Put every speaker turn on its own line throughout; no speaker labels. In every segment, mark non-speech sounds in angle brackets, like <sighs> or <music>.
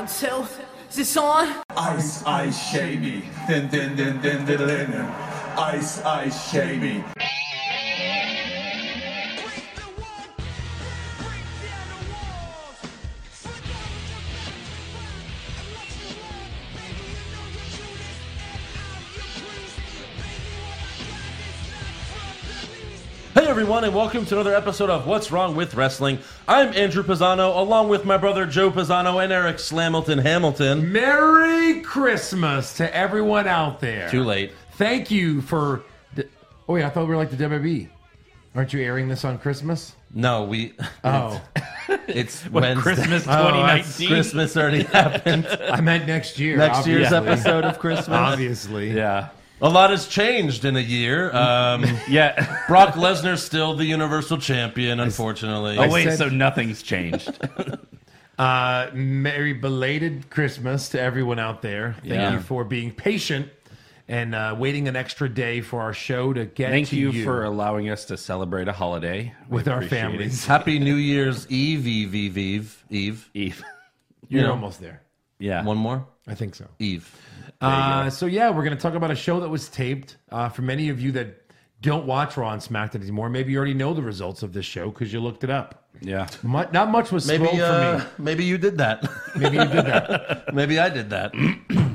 Oh, so this on?
Ice, ice, shavy. Din, din, din, din, din, din. Ice, ice, shavy.
Break the wall, break down the walls. Forget the facts and burn. Unless you love, baby, you know your cuteness, and I'm your priest. Baby, what I got is not from the least.
Hey everyone, and welcome to another episode of What's Wrong with Wrestling. I'm Andrew Pisano, along with my brother Joe Pisano and Eric Slamilton Hamilton.
Merry Christmas to everyone out there.
Too late.
Thank you for. The, oh, wait, I thought we were like the WWE. Aren't you airing this on Christmas?
No, we. <laughs>
Oh, <laughs>
It's Wednesday. <laughs> Oh,
Christmas
that's
2019.
Christmas
<laughs>
already happened.
I meant next year.
Next year's
obviously.
episode of Christmas.
Obviously.
Yeah.
A lot has changed in a year. Um,
<laughs>
Yeah. <laughs>
Brock Lesnar's still the Universal Champion, unfortunately.
Oh wait,
said-
so nothing's changed.
Uh, Merry belated Christmas to everyone out there. Thank
Yeah.
you for being patient and uh, waiting an extra day for our show to get
Thank
to
you, for allowing us to celebrate a holiday We
with our
appreciate it.
families.
Happy New Year's Eve, Eve, Eve, Eve. Eve.
Eve.
You're
Yeah.
almost there.
<laughs> Yeah.
One more?
I think so.
Eve.
Uh, so yeah, we're going to talk about a show that was taped. Uh, for many of you that don't watch Raw and SmackDown anymore, maybe you already know the results of this show because you looked it up.
Yeah.
Mu not much was spoiled
Maybe, uh,
for me.
maybe you did that.
<laughs>
<laughs>
Maybe you did that,
maybe I did that.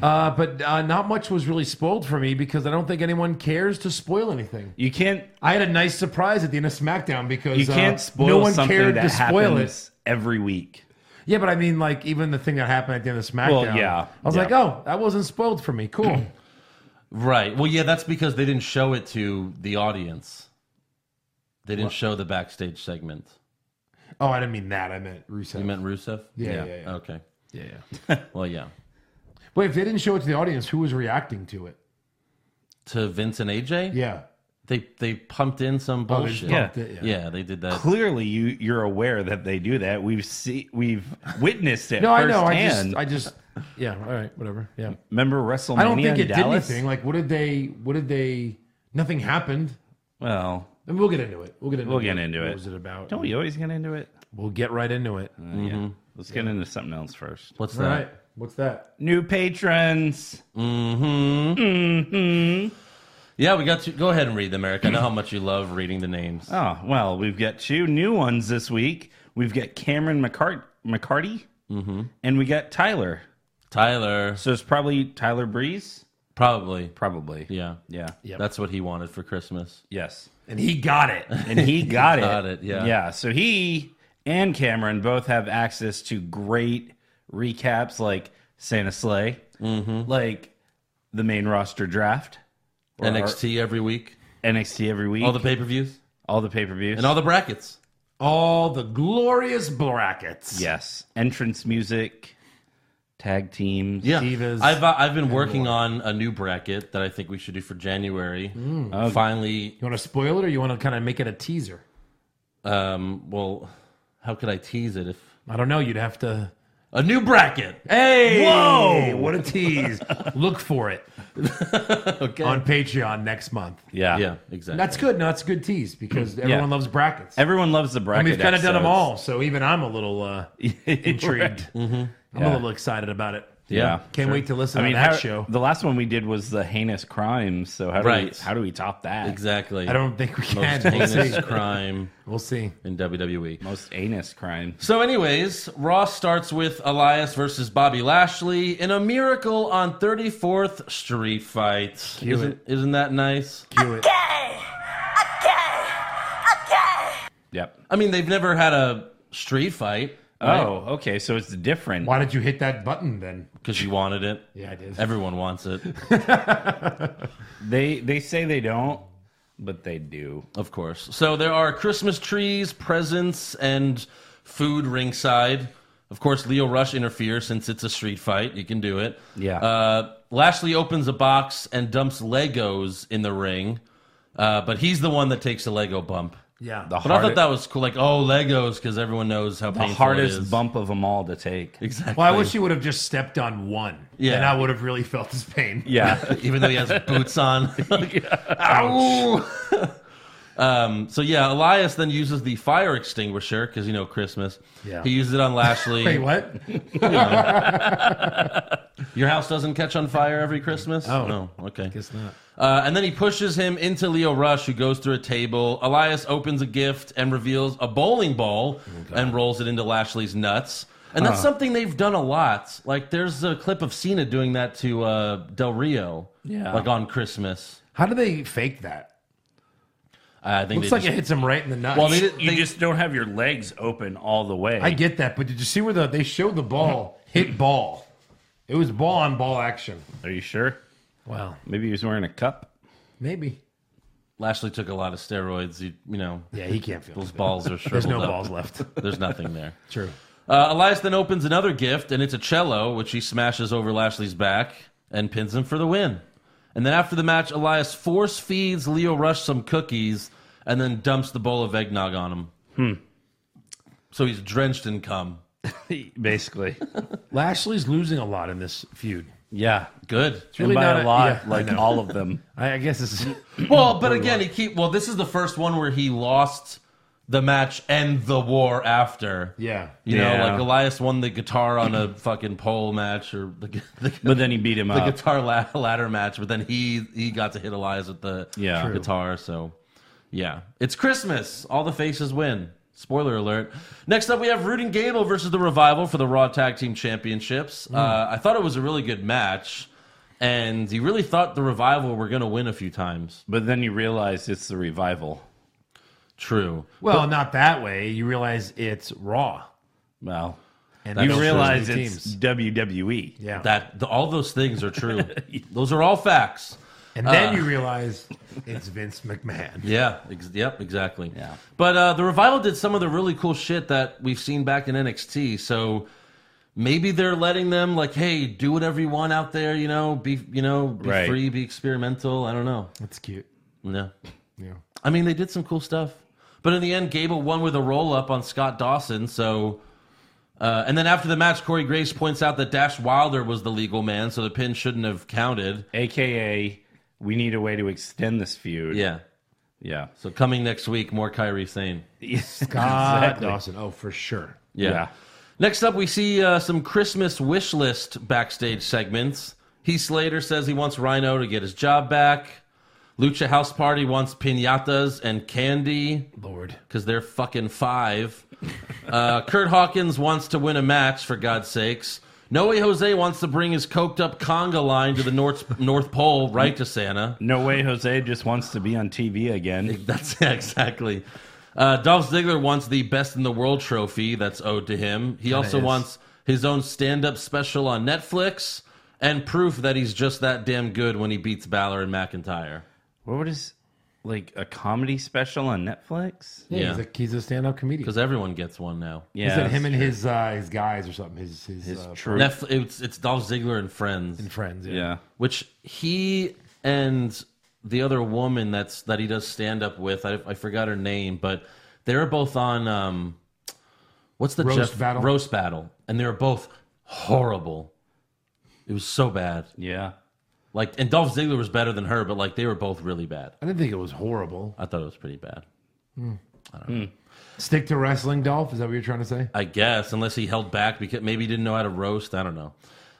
uh, but uh, not much was really spoiled for me because I don't think anyone cares to spoil anything.
You can't
I had a nice surprise at the end of SmackDown because
you
uh,
can't spoil
no one
something
cared
that
to spoil it.
happens every week.
Yeah, but I mean, like even the thing that happened at the end of SmackDown.
Well, yeah,
I was
yeah.
like, oh, that wasn't spoiled for me. Cool. <clears throat>
Right. Well, yeah, that's because they didn't show it to the audience. They didn't show the backstage segment.
oh, I didn't mean that. I meant Rusev.
You meant Rusev?
Yeah, yeah, yeah.
Okay.
yeah, yeah.
Well, yeah.
Wait, if they didn't show it to the audience, who was reacting to it?
To Vince and AJ,
Yeah.
they they pumped in some
Oh, they just
bullshit. yeah.
bumped it, yeah.
they did that.
Clearly you you're aware that they do that. We've see we've witnessed
<laughs>
it
No, I know. I
firsthand.
just, I just, yeah. All right, whatever. Yeah.
Remember WrestleMania
I don't think
in
it
Dallas?
did anything. Like, what did they? What did they? Nothing happened.
Well,
And we'll get into it. We'll get into
We'll
it.
get into
what
it.
was it about?
don't we always get into it?
We'll get right into it.
Uh, Yeah. Let's get into something else first.
What's
All
that?
right. What's that?
New patrons.
Yeah, we got to go ahead and read them, Eric. I know how much you love reading the names.
Oh, well, we've got two new ones this week. We've got Cameron McCart- McCarty
Mm-hmm.
and we got Tyler.
Tyler,
So it's probably Tyler Breeze?
probably.
Probably.
Yeah.
Yeah.
Yep.
That's what he wanted for Christmas.
Yes.
And he got
<laughs>
it.
<laughs>
And he got,
got
it.
it, yeah.
Yeah. So he and Cameron both have access to great recaps like Santa Slay,
Mm-hmm.
like the main roster draft, or
NXT every week,
our- NXT every week,
all the pay-per-views
all the pay per views,
and all the brackets.
All the glorious brackets.
yes entrance music, tag teams.
Yeah,
Divas
I've uh, I've been working on a new bracket that I think we should do for January.
Oh.
Finally,
You want to spoil it, or you want to kind of make it a teaser?
um, well, how could I tease it if
I don't know. You'd have to.
a new bracket?
Hey! Whoa! What a
<laughs>
tease. Look for it
<laughs> Okay,
on Patreon next month.
Yeah.
yeah, exactly.
That's good. No, that's a good tease
Mm.
because everyone loves brackets.
Everyone loves the
and
bracket.
we've kind of done them
episodes.
all, so even I'm a little uh,
<laughs>
intrigued.
Mm-hmm.
I'm a
Yeah.
little excited about it.
yeah.
Yeah.
Can't wait to listen
I mean,
to that
how-
show.
The last one we did was the heinous crimes. So how do
Right.
we how do we top that?
exactly.
I don't think we can.
most
We'll
heinous
see.
crime
We'll see.
in WWE.
Most heinous crime.
So, anyways, Raw starts with Elias versus Bobby Lashley in a miracle on 34th Street fight. Isn't, isn't that nice?
Do it.
Yep.
I mean, they've never had a street fight
Oh, okay. So it's different.
Why did you hit that button then?
because you wanted it.
Yeah, I did.
Everyone wants it,
They they say they don't, but they do.
of course. So there are Christmas trees, presents, and food ringside. Of course, Leo Rush interferes since it's a street fight. You can do it.
Yeah.
Uh, Lashley opens a box and dumps Legos in the ring, uh, but he's the one that takes the Lego bump.
Yeah.
The
But I
hard-
thought that was cool. Like, oh, Legos, because everyone knows how
the
painful it is.
hardest bump of them all to take.
Exactly.
Well, I wish you would have just stepped on one.
Yeah.
And I would have really felt his pain.
<laughs> Yeah.
<laughs>
<laughs> even though he has boots on.
Ouch.
<laughs> Um, so yeah, Elias then uses the fire extinguisher because you know Christmas.
Yeah.
He uses it on Lashley.
<laughs> <laughs> Wait, what?
Your house doesn't catch on fire every Christmas?
Oh.
no. Okay.
Guess not.
Uh, and then he pushes him into Leo Rush, who goes through a table. Elias opens a gift and reveals a bowling ball and rolls it into Lashley's nuts. And
Uh-huh.
that's something they've done a lot. Like, there's a clip of Cena doing that to uh, Del Rio,
Yeah.
like on Christmas.
How do they fake that?
I think
Looks
they
like it
just-
hits him right in the nuts.
Well, <laughs> they did-
You
they-
just don't have your legs open all the way.
I get that, but did you see where the they showed the ball hit ball? It was ball on ball action.
Are you sure?
Wow,
Maybe he was wearing a
<laughs>
cup.
maybe.
Lashley took a lot of steroids. You, you know,
Yeah, he can't feel.
those balls are shriveled
There's no
up.
balls left.
There's nothing there.
True.
Uh, Elias then opens another gift, and it's a cello, which he smashes over Lashley's back and pins him for the win. And then after the match, Elias force feeds Leo Rush some cookies and then dumps the bowl of eggnog on him. Hmm. So he's drenched in cum.
<laughs>
Basically.
Lashley's losing a lot in this feud.
Yeah.
Good.
really
and by
not
a
a-
lot,
yeah, I
like
know.
all of them.
I, I guess this is
Well, but again, he keep. Well, this is the first one where he lost the match and the war after.
<laughs> yeah.
You know,
Yeah.
like Elias won the guitar on
<clears throat>
a fucking pole match or the, the
But uh, then he beat him
the
up.
guitar la- ladder match, but then he he got to hit Elias with the
Yeah. True.
guitar. So, yeah, it's Christmas. All the faces win. Spoiler alert. Next up, we have Rude and Gable versus the Revival for the Raw Tag Team Championships.
Hmm.
Uh, I thought it was a really good match, and you really thought the Revival were going to win a few times.
But then you realize it's the revival.
True.
Well, not that way. You realize it's raw.
Well,
And
you
those
realize
two
it's E, WWE.
yeah.
That the, all those things are
<laughs>
true. those are all facts.
and then you realize it's Vince McMahon.
Yeah. Ex- yep. Exactly.
Yeah.
But uh, the revival did some of the really cool shit that we've seen back in NXT. So maybe they're letting them like, hey, do whatever you want out there. You know, be you know, be
Right.
free, be experimental. I don't know.
<laughs> That's cute.
No.
Yeah.
I mean, they did some cool stuff. But in the end, Gable won with a roll up on Scott Dawson. So. Uh, and then after the match, Corey Grace points out that Dash Wilder was the legal man, so the pin shouldn't have counted.
AKA, we need a way to extend this feud.
Yeah.
Yeah.
So coming next week, more Kyrie Sane.
God
Exactly.
Dawson. Oh, for sure.
Yeah. Next up, we see uh, some Christmas wish list backstage segments. Heath Slater says he wants Rhino to get his job back. Lucha House Party wants pinatas and candy
Lord.
because they're fucking five. Uh, Kurt Hawkins wants to win a match, for God's sakes. Noe Jose wants to bring his coked up conga line to the North, North Pole, right to Santa.
No way Jose just wants to be on TV again.
<laughs> That's exactly. Uh, Dolph Ziggler wants the Best in the World trophy that's owed to him. He also
is.
wants his own stand up special on Netflix and proof that he's just that damn good when he beats Balor and McIntyre.
What is like a comedy special on Netflix?
Yeah.
Yeah.
He's, a, he's a stand-up comedian.
Because everyone gets one now.
Yeah.
He said him and his uh, his guys or something. His his,
his
uh,
true.
Netflix, it's, it's Dolph Ziggler and Friends,
friends.
yeah.
which he and the other woman that's that he does stand up with, I, I forgot her name, but they're both on um, what's the
Roast
Jeff-
Battle?
roast battle, and they were both horrible. It was so bad.
Yeah.
Like, and Dolph Ziggler was better than her, but like they were both really bad.
I didn't think it was horrible.
I thought it was pretty bad.
Stick to wrestling, Dolph. Is that what you're trying to say?
I guess, unless he held back because maybe he didn't know how to roast. I don't know.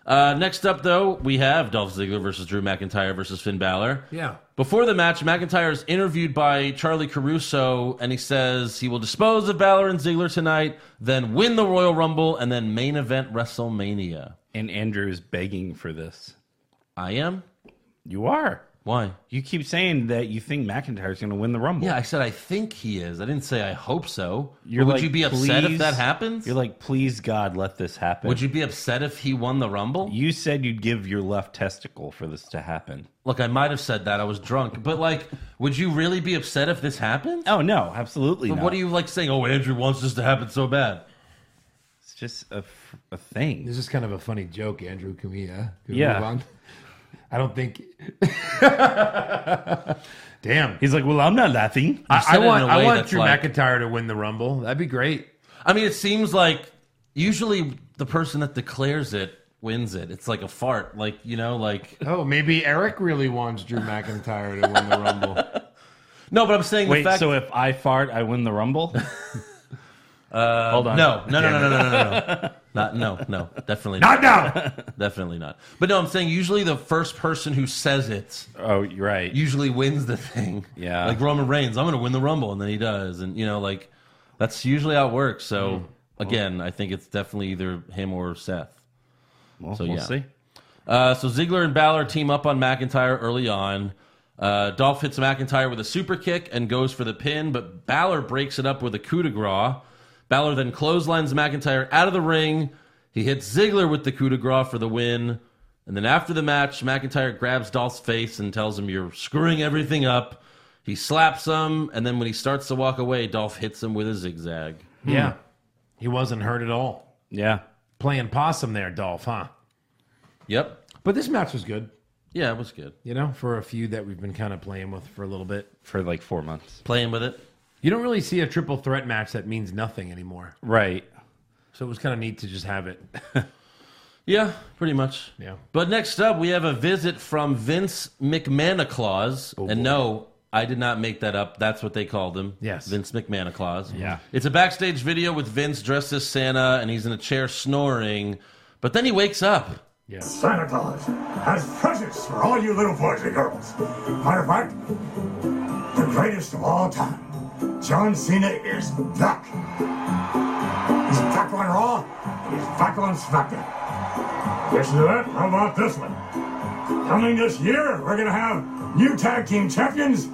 Uh, next up, though, we have Dolph Ziggler versus Drew McIntyre versus Finn Balor.
Yeah.
Before the match, McIntyre is interviewed by Charlie Caruso, and he says he will dispose of Balor and Ziggler tonight, then win the Royal Rumble, and then main event WrestleMania.
And Andrew's begging for this.
I am?
You are.
Why?
You keep saying that you think McIntyre's going to win the Rumble.
Yeah, I said I think he is. I didn't say I hope so.
You're
Would
like,
you be upset if
please-
that happens?
You're like, please God, let this happen.
Would you be upset if he won the Rumble?
You said you'd give your left testicle for this to happen.
Look, I might have said that. I was drunk. But, like, would you really be upset if this happened?
Oh no, absolutely
But
not.
what are you, like, saying, oh, Andrew wants this to happen so bad?
It's just a, f- a thing.
This is kind of a funny joke, Andrew. Can we, uh, can we
Yeah.
move on? <laughs> I don't think. <laughs> Damn.
He's like, well, I'm not laughing.
I,
said
I
it in
want
a
I
way
want
that's
Drew
like-
McIntyre to win the Rumble. That'd be great.
I mean, it seems like usually the person that declares it wins it. It's like a fart. Like, you know, like.
Oh, maybe Eric really wants Drew McIntyre to win the Rumble.
No, but I'm saying
Wait,
the fact.
so if I fart, I win
<laughs>
the Rumble? uh, Hold on.
no,
<laughs>
no, no, no, no, no, no, no. <laughs> Not no, no, definitely not.
Not
Ah,
now.
Definitely not. But no, I'm saying usually the first person who says it
Oh, you're right.
usually wins the thing.
Yeah.
Like Roman Reigns, I'm going to win the Rumble, and then he does, and you know, like that's usually how it works. So
Mm.
again, I think it's definitely either him or Seth.
Well,
so,
we'll
yeah.
see.
Uh, so Ziggler and Balor team up on McIntyre early on. Uh, Dolph hits McIntyre with a super kick and goes for the pin, but Balor breaks it up with a coup de grace. Balor then clotheslines McIntyre out of the ring. He hits Ziggler with the coup de grace for the win. And then after the match, McIntyre grabs Dolph's face and tells him, You're screwing everything up. He slaps him, and then when he starts to walk away, Dolph hits him with a zigzag.
Hmm.
yeah. He wasn't hurt at all.
Yeah.
Playing possum there, Dolph, huh?
Yep.
But this match was good,
Yeah, it was good.
you know, for a feud that we've been kind of playing with for a little bit.
For like four months.
Playing with it.
You don't really see a triple threat match that means nothing anymore.
Right.
So it was kind of neat to just have it. <laughs>
Yeah, pretty much.
Yeah.
But next up, we have a visit from Vince McManaclaus.
Oh,
and no, I did not make that up. That's what they called him.
Yes.
Vince McManaclaus.
Yeah.
It's a backstage video with Vince dressed as Santa, and he's in a chair snoring. But then he wakes up.
Santa Claus has presents for all you little boys and girls. Matter of fact, the greatest of all time, John Cena is back. He's back on Raw, and he's back on SmackDown. Listen to that? How about this one? Coming this year, we're gonna have new tag team champions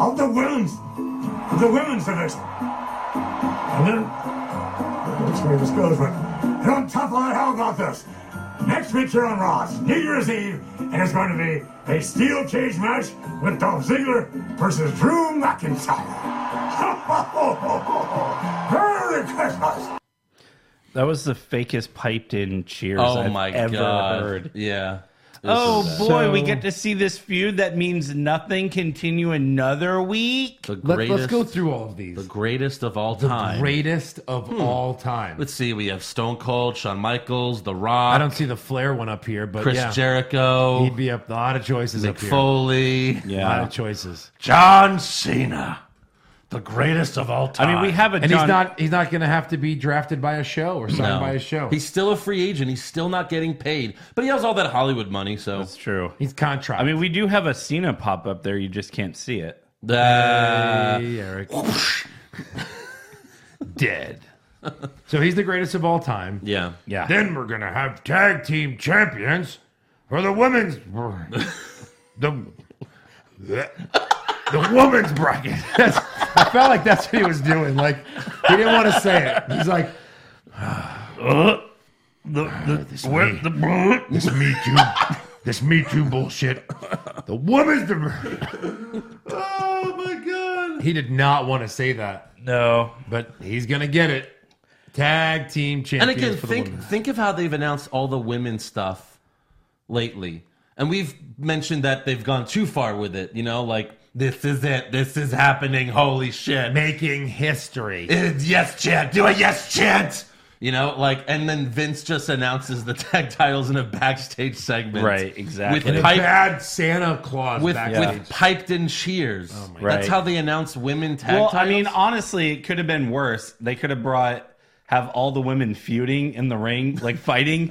of the women's, the women's division. And then that's where this goes, but and on top of that, how about this? Next week here on Raw, it's New Year's Eve, and it's going to be a steel cage match with Dolph Ziggler versus Drew McIntyre. <laughs> Merry Christmas!
That was the fakest piped in cheers
Oh
I've
my
ever
god.
heard.
Yeah. It
Oh
was so bad.
boy, we
So-
get to see this feud that means nothing continue another week.
the
Let,
greatest,
let's go through all of these.
the greatest of all time. Hmm.
Greatest of all time.
Let's see. We have Stone Cold, Shawn Michaels, The Rock,
I don't see the Flair one up here, but
Chris
yeah,
Jericho,
he'd be up. A lot of choices
Mick
up here.
Foley.
A lot of choices.
John Cena, the greatest of all
I mean, we have a
And
John.
he's not. He's not going to have to be drafted by a show or signed by a show.
He's still a free agent. He's still not getting paid, but he has all that Hollywood money. So
That's true.
he's contract.
I mean, we do have a Cena pop up there. You just can't see it.
Uh,
Hey, Eric. <laughs> Dead. so he's the greatest of all time.
yeah,
Yeah.
Then we're gonna have tag team champions for the women's <laughs> the the women's bracket. <laughs> That's, I felt like that's what he was doing. Like he didn't want to say it. He's like, Uh, Ah, this, me, this me too, this me too bullshit. The women's. <laughs> oh my god! He did not want to say that,
No.
but he's gonna get it. Tag team
and
champions
again,
for the
think
women.
think of how they've announced all the women stuff lately, and we've mentioned that they've gone too far with it. You know, like this is it, this is happening. Holy shit!
making history.
Eh, Yes, chant. Do a yes chant. You know, like, and then Vince just announces the <laughs> tag titles in a backstage segment,
Right, exactly.
With
And
They
pipe
bad Santa Claus
with
backstage.
with piped in cheers.
Oh God.
That's
Right.
how they announce women tag
Well, I
titles.
mean, honestly, it could have been worse. They could have brought have all the women feuding in the ring, like fighting,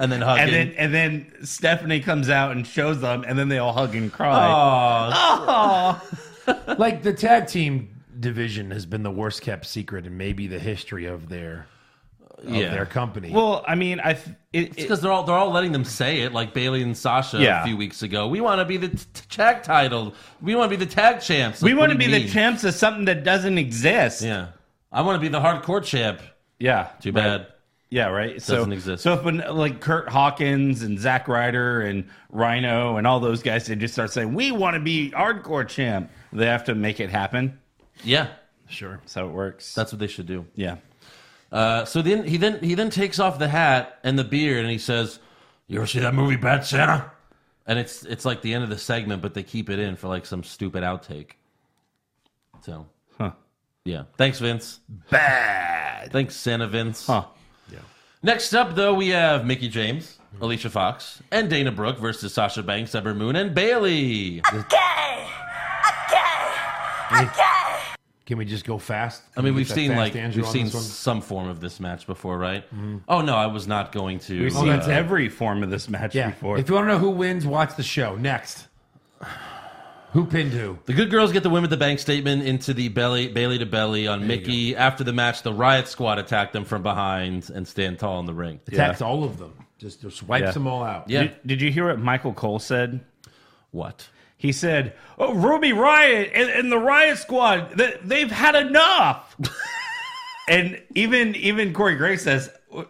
<laughs> And then hugging.
and then and then Stephanie comes out and shows them, and then they all hug and cry.
Aw,
like the tag team division has been the worst kept secret in maybe the history of their of
yeah.
their company.
Well, I mean, I th- it, it-
because they're all they're all letting them say it, like Bailey and Sasha
Yeah.
a few weeks ago. We want to be the t- t- tag title. We want to be the tag champs.
we
Like,
want to
what do
be
you
the
mean?
champs of something that doesn't exist.
Yeah, I want to be the hardcore champ.
yeah.
Too
right.
bad.
Yeah, right. It
doesn't exist.
So if when, like Kurt Hawkins and Zack Ryder and Rhino and all those guys, they just start saying, "We want to be hardcore champ," they have to make it happen.
Yeah,
sure.
That's how it works.
that's what they should do.
yeah.
Uh, so then he then he then takes off the hat and the beard and he says, "You ever see that movie Bad Santa?" And it's it's like the end of the segment, but they keep it in for like some stupid outtake. So,
Huh.
yeah. Thanks, Vince.
Bad.
Thanks, Santa Vince.
Huh.
Next up, though, we have Mickey James, Alicia Fox, and Dana Brooke versus Sasha Banks, Ember Moon, and Bailey.
Okay, okay, okay.
Can we just go fast?
I mean, we've seen like
Andrew
we've
on
seen
this one?
some form of this match before, right? Oh no, I was not going to.
We've
uh,
seen every form of this match
yeah.
before.
If you want to know who wins, watch the show next. <sighs> Who pinned who?
The good girls get the women at the bank statement into the belly, Bailey to belly on Mickey. After the match, the Riot Squad attack them from behind and stand tall in the ring.
Attacks all of them. Just, just wipes
Yeah.
them all out.
Yeah.
Did, did you hear what Michael Cole said?
What?
He said, "Oh, Ruby Riot and, and the Riot Squad, they, they've had enough." <laughs> and even even Corey Gray says, "Wh-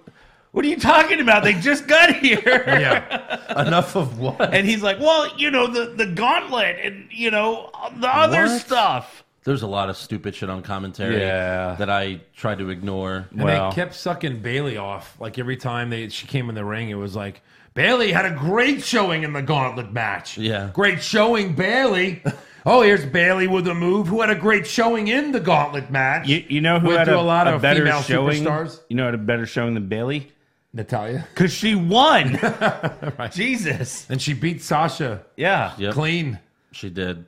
"What are you talking about? They just got here."
Yeah.
Enough of
<laughs>
what?
And he's like, "Well, you know the the gauntlet and you know the other
What?
stuff."
There's a lot of stupid shit on commentary
Yeah.
that I try to ignore.
And
Well.
they kept sucking Bailey off. Like every time they she came in the ring, it was like Bailey had a great showing in the gauntlet match.
Yeah.
Great showing,
<laughs>
Bailey. oh, here's Bailey with a move who had a great showing in the gauntlet match.
You, you know who
Went
had
through
a,
a lot
a
of
better
female
showing?
superstars.
You know had a better showing than Bailey
Natalia.
because she
<laughs>
won. <laughs> Jesus,
And she beat Sasha
yeah.
Yep.
clean.
She did.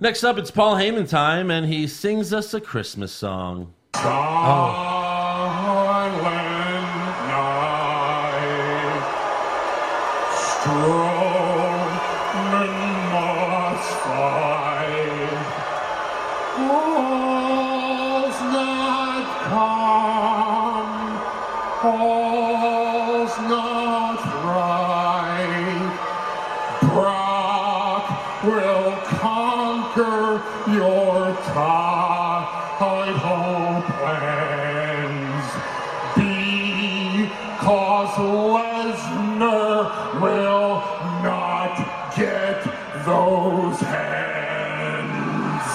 Next up, it's Paul Heyman time, and he sings us a Christmas song.
Oh,
Oh,
Silent night, Strowman must fight. All's not calm, all's not right. Brock will conquer your title plans because Lesnar will not get those hands.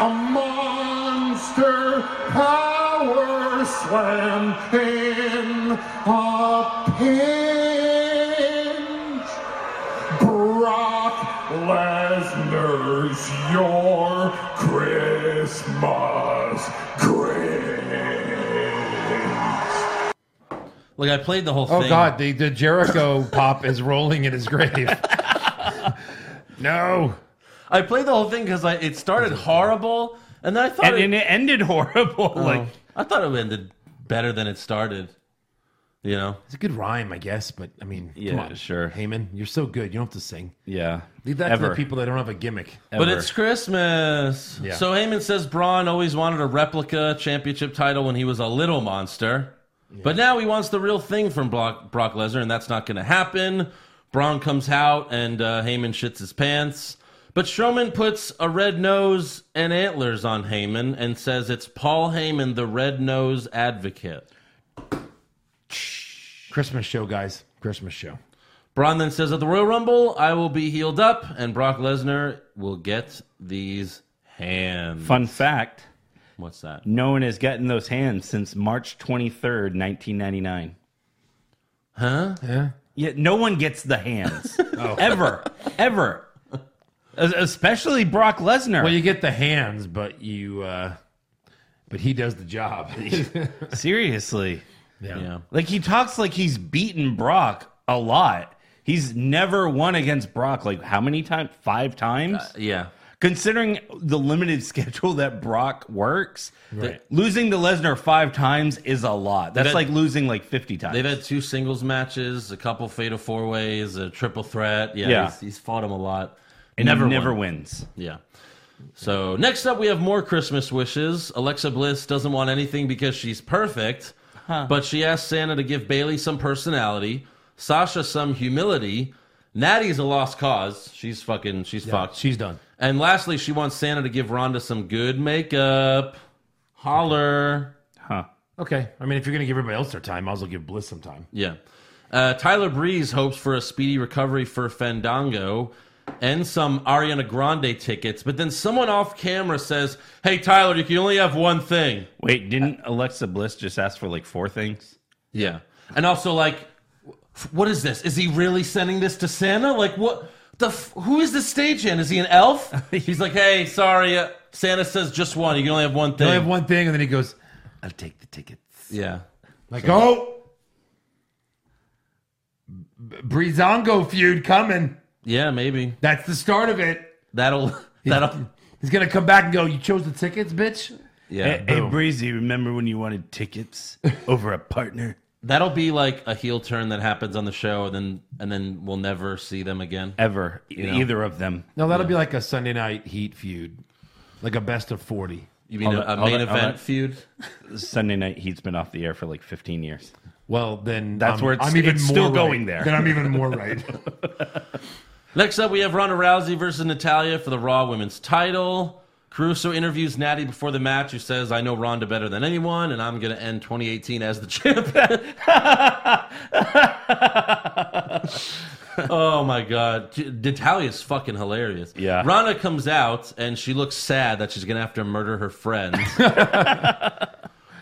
A monster power slam in a pinch. Brock Lesnar's your Christmas Grinch.
Look, I played the whole
Oh
thing.
God, the, the
<laughs>
Jericho pop is rolling in his grave. no.
I played the whole thing because it started horrible, and then I thought
And,
it,
and it ended horrible.
Oh.
Like
I thought it ended better than it started. You know,
It's a good rhyme, I guess, but I mean, come
Yeah,
on.
sure.
Heyman, you're so good. You don't have to sing.
yeah,
Leave that to
Ever.
the people that don't have a gimmick.
But
Ever.
it's Christmas.
Yeah.
So Heyman says Braun always wanted a replica championship title when he was a little monster. But now he wants the real thing from Brock, Brock Lesnar, and that's not going to happen. Braun comes out, and uh, Heyman shits his pants. But Strowman puts a red nose and antlers on Heyman and says it's Paul Heyman, the red nose advocate.
Christmas show, guys. Christmas show.
Braun then says at the Royal Rumble, I will be healed up, and Brock Lesnar will get these hands.
Fun fact:
What's that?
No one has gotten those hands since March twenty third, nineteen ninety nine.
Huh?
Yet no one gets the hands
<laughs>
ever, ever. Es- Especially Brock Lesnar.
Well, you get the hands, but you, uh, but he does the job.
Seriously,
Yeah.
like he talks like he's beaten Brock a lot. He's never won against Brock. Like how many times? Five times.
Uh, Yeah.
Considering the limited <laughs> schedule that Brock works,
Right.
losing to Lesnar five times is a lot. That's
had-
like losing like fifty times.
They've had two singles matches, a couple fatal four ways, a triple threat. Yeah,
Yeah.
He's, he's fought him a lot.
and never
won.
never wins.
Yeah. So next up, we have more Christmas wishes. Alexa Bliss doesn't want anything because she's perfect, but she asked Santa to give Bailey some personality, Sasha some humility. Natty's a lost cause. She's fucking. She's fucked.
She's done.
and lastly, she wants Santa to give Rhonda some good makeup. Holler.
Huh.
Okay. I mean, if you're gonna give everybody else their time, I will give Bliss some time.
Yeah. Uh, Tyler Breeze hopes for a speedy recovery for Fandango and some Ariana Grande tickets, but then someone off camera says, Hey, Tyler, you can only have one thing.
Wait, didn't Alexa Bliss just ask for like four things?
Yeah. And also, like, f- what is this? Is he really sending this to Santa? Like, what? The f- who is this stagehand? Is he an elf? <laughs> He's like, hey, sorry, uh, Santa says just one. You can only have one thing.
I have one thing, and then he goes, "I'll take the tickets."
Yeah,
Like, oh, B- Breezango feud coming.
Yeah, maybe
That's the start of it.
that'll <laughs> that'll.
He's gonna come back and go. You chose the tickets, bitch.
Yeah,
hey, Breezy, remember when you
<laughs>
wanted tickets over a partner?
that'll be like a heel turn that happens on the show, and then and then we'll never see them again.
Ever. E- Either of them.
No, that'll be like a Sunday night heat feud, like a best of forty.
You mean
I'll
a,
let-
a
I'll
main
let- I'll
event
let-
feud?
Sunday Night Heat's been off the air for like 15 years.
Well, then
That's
I'm-
where it's-
I'm even
it's
more
still
right.
going there.
Then I'm even more
<laughs>
right.
Next up, we have Ronda Rousey versus Natalia for the Raw Women's Title. Caruso interviews Natty before the match, who says, "I know Ronda better than anyone, and I'm going to end 2018 as the champion." <laughs> oh my god, J- Natalia's fucking hilarious.
Yeah.
Ronda comes out and she looks sad that she's going to have to murder her friend.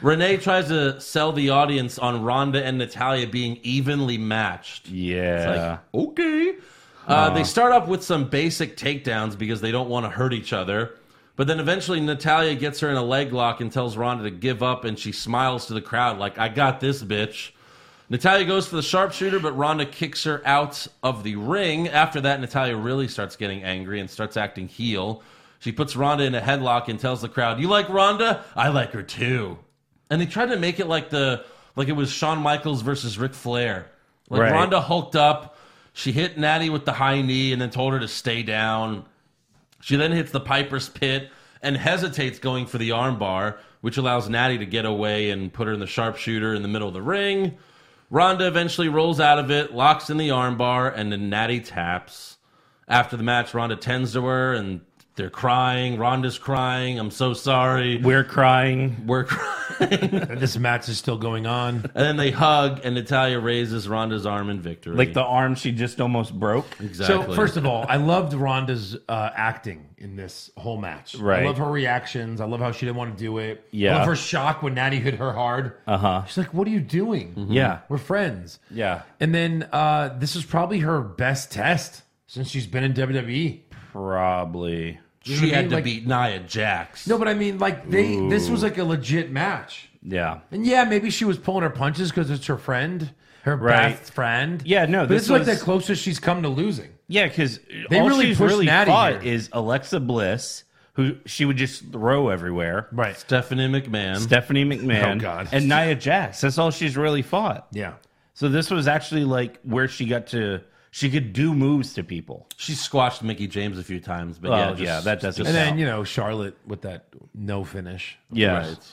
Renee tries to sell the audience on Ronda and Natalia being evenly matched.
Yeah.
Okay. Uh, They start off with some basic takedowns because they don't want to hurt each other. But then eventually Natalia gets her in a leg lock and tells Ronda to give up, and she smiles to the crowd like, I got this, bitch. Natalia goes for the sharpshooter, but Ronda kicks her out of the ring. After that, Natalia really starts getting angry and starts acting heel. She puts Ronda in a headlock and tells the crowd, You like Ronda? I like her too. And they tried to make it like the like it was Shawn Michaels versus Ric Flair. Like
Right.
Ronda hulked up, she hit Natty with the high knee and then told her to stay down. She then hits the Piper's Pit and hesitates going for the armbar, which allows Natty to get away and put her in the sharpshooter in the middle of the ring. Ronda eventually rolls out of it, locks in the armbar, and then Natty taps. After the match, Ronda tends to her and they're crying. Ronda's crying. I'm so sorry.
We're crying.
We're crying. <laughs> and
this match is still going on.
then they hug, and Natalia raises Ronda's arm in victory.
Like the arm she just almost broke.
exactly.
So first of all, I loved Ronda's uh, acting in this whole match.
Right.
I love her reactions. I love how she didn't want to do it.
Yeah.
I love her shock when Natty hit her hard.
Uh Mm-hmm. huh.
She's like, "What are you doing?
Yeah.
We're friends."
Yeah.
And then uh, this is probably her best test since she's been in WWE.
Probably.
You know what
she
I
had
mean?
to
Like-
beat Nia Jax.
No, but I mean, like they. This was like a legit match.
Yeah.
And yeah, maybe she was pulling her punches because it's her friend, her
Right.
best friend.
Yeah, no,
but
this
this it's like
was-
the closest she's come to losing.
Yeah, because
They
all
really
she's
pushed
really
Natty
fought
here.
is Alexa Bliss, who she would just throw everywhere.
Right.
Stephanie McMahon.
Stephanie McMahon.
Oh, God.
And Nia Jax. That's all she's really fought.
Yeah.
So this was actually like where she got to. She could do moves to people.
she squashed Mickey James a few times, but
Well,
yeah, just-
Oh, yeah, that doesn't.
And then
count.
you know Charlotte with that no finish.
Yes.
Right.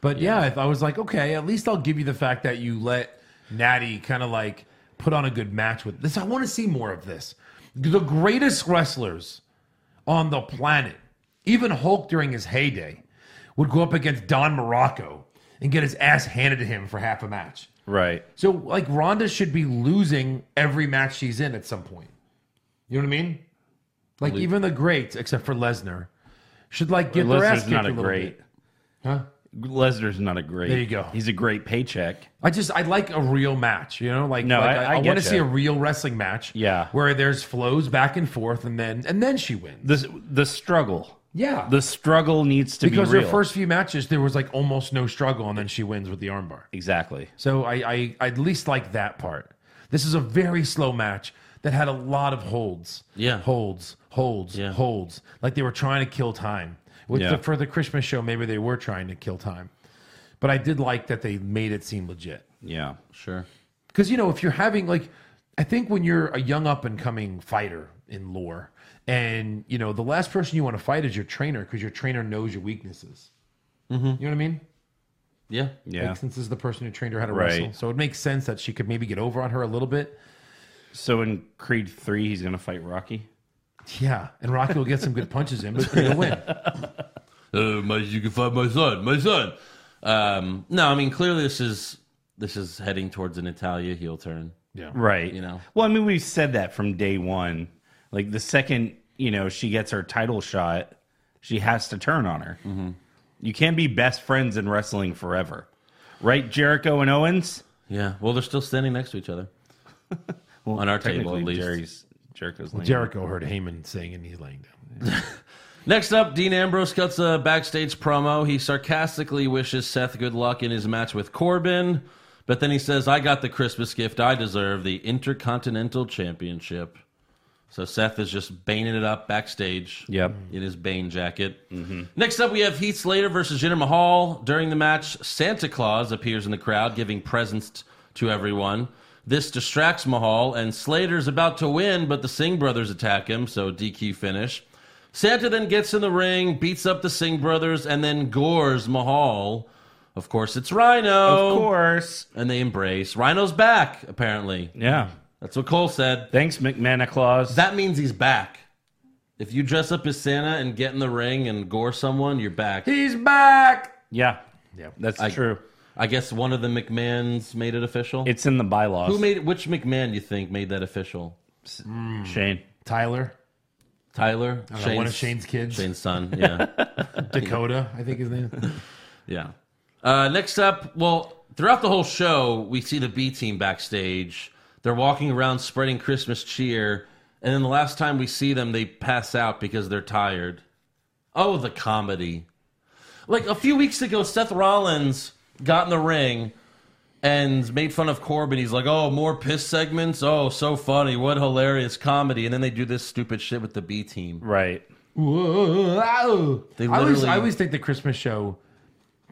But yeah, if I was like, okay, at least I'll give you the fact that you let Natty kind of like put on a good match with this. I want to see more of this. The greatest wrestlers on the planet, even Hulk during his heyday, would go up against Don Morocco and get his ass handed to him for half a match.
right.
So like Ronda should be losing every match she's in at some point. You know what I mean? Like even the greats, except for Lesnar, should like get their ass
Lesnar's
kicked
not a
little
great.
bit. Huh?
Lesnar's not a great.
There you go.
He's a great paycheck.
I just I like a real match, you know. Like
No,
like,
I- I
want
get ya.
to see a real wrestling match.
Yeah.
where there's flows back and forth, and then and then she wins.
The the struggle.
Yeah,
The struggle needs to
because
be real.
her first few matches there was like almost no struggle, and then she wins with the armbar.
exactly.
So I, I I at least like that part. This is a very slow match that had a lot of holds.
Yeah.
holds, holds,
Yeah.
holds. Like they were trying to kill time. With
Yeah.
the, for the Christmas show, maybe they were trying to kill time, but I did like that they made it seem legit.
Yeah.
Sure.
Because you know, if you're having like, I think when you're a young up and coming fighter in lore, and you know, the last person you want to fight is your trainer because your trainer knows your weaknesses.
Mm-hmm.
You know what I mean?
Yeah.
Yeah.
Like, since this is the person who trained her how to
Right.
wrestle, so it makes sense that she could maybe get over on her a little bit.
so in Creed three, he's gonna fight Rocky.
Yeah, and Rocky will get some good punches in, but he'll win.
<laughs>
Uh, my, you can find my son, my son. Um, no, I mean clearly this is this is heading towards an Italia heel turn.
Yeah,
Right.
You know.
Well, I mean, we said that from day one. Like the second, you know, she gets her title shot, she has to turn on her.
Mm-hmm.
You can't be best friends in wrestling forever, right? Jericho and Owens.
Yeah. Well, they're still standing next to each other on our table at
Technically,
least.
Jerry's Jericho's laying
Jericho heard Heyman sing, and he's laying down.
Next up, Dean Ambrose cuts a backstage promo. He sarcastically wishes Seth good luck in his match with Corbin, but then he says, "I got the Christmas gift I deserve, the Intercontinental Championship." So Seth is just baning it up backstage.
Yep.
In his Bane jacket. Next up, we have Heath Slater versus Jinder Mahal. During the match, Santa Claus appears in the crowd, giving presents t- to everyone. This distracts Mahal, and Slater's about to win, but the Singh brothers attack him, so DQ finish. Santa then gets in the ring, beats up the Singh brothers, and then gores Mahal. Of course, it's Rhino.
Of
course.
And they embrace. Rhino's back, apparently.
Yeah.
That's what Cole said.
Thanks, McManaclaus. Claus.
That means he's back. If you dress up as Santa and get in the ring and gore someone, you're back.
He's back.
yeah. Yeah. That's
I-
true.
I guess one of the McMahons made it official.
It's in the bylaws.
Who made it? Which McMahon you think made that official?
Shane?
Tyler,
Tyler,
I don't know, Uh, one of Shane's kids,
Shane's son.
<laughs>
Yeah,
Dakota, I think his name.
yeah. Uh, next up, well, throughout the whole show, we see the B team backstage. They're walking around spreading Christmas cheer, and then the last time we see them, they pass out because they're tired. Oh, the comedy! Like a few weeks ago, Seth Rollins got in the ring and made fun of Corbin. He's like, "Oh, more piss segments. Oh, so funny. What hilarious comedy!" And then they do this stupid shit with the B team.
Right.
Whoa.
They
I always,
literally-
I always think the Christmas show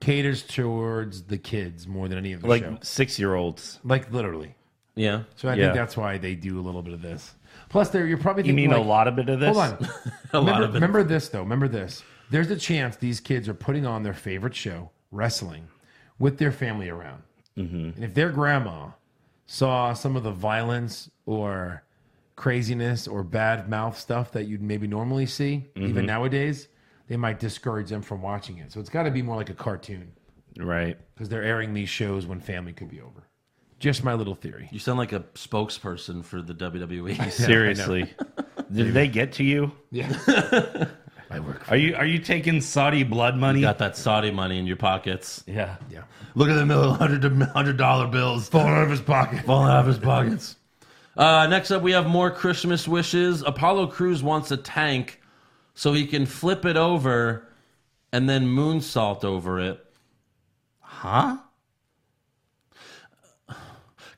caters towards the kids more than any of the
Like
show.
six year olds.
Like literally.
Yeah,
So I
Yeah.
think that's why they do a little bit of this. Plus, there you're probably
You
thinking
mean a
like,
lot of bit of this?
Hold on.
<laughs> a
remember,
lot of it.
remember this though. Remember this. There's a chance these kids are putting on their favorite show, wrestling, with their family around.
Mm-hmm.
And if their grandma saw some of the violence or craziness or bad mouth stuff that you'd maybe normally see,
Mm-hmm.
even nowadays, they might discourage them from watching it. So it's got to be more like a cartoon <laughs>
Right.
because they're airing these shows when family could be over. Just my little theory.
You sound like a spokesperson for the E.
<laughs>
WWE.
Seriously. <laughs> Did they get to you?
<laughs>
I work. For,
Are you are you taking Saudi blood money?
Got that Saudi money in your pockets.
yeah.
yeah.
Look at the middle hundred dollar bills
Falling out of his pocket.
falling out of his pockets. Uh, next up, we have more Christmas wishes. Apollo Crews wants a tank so he can flip it over and then moonsault over it.
Huh?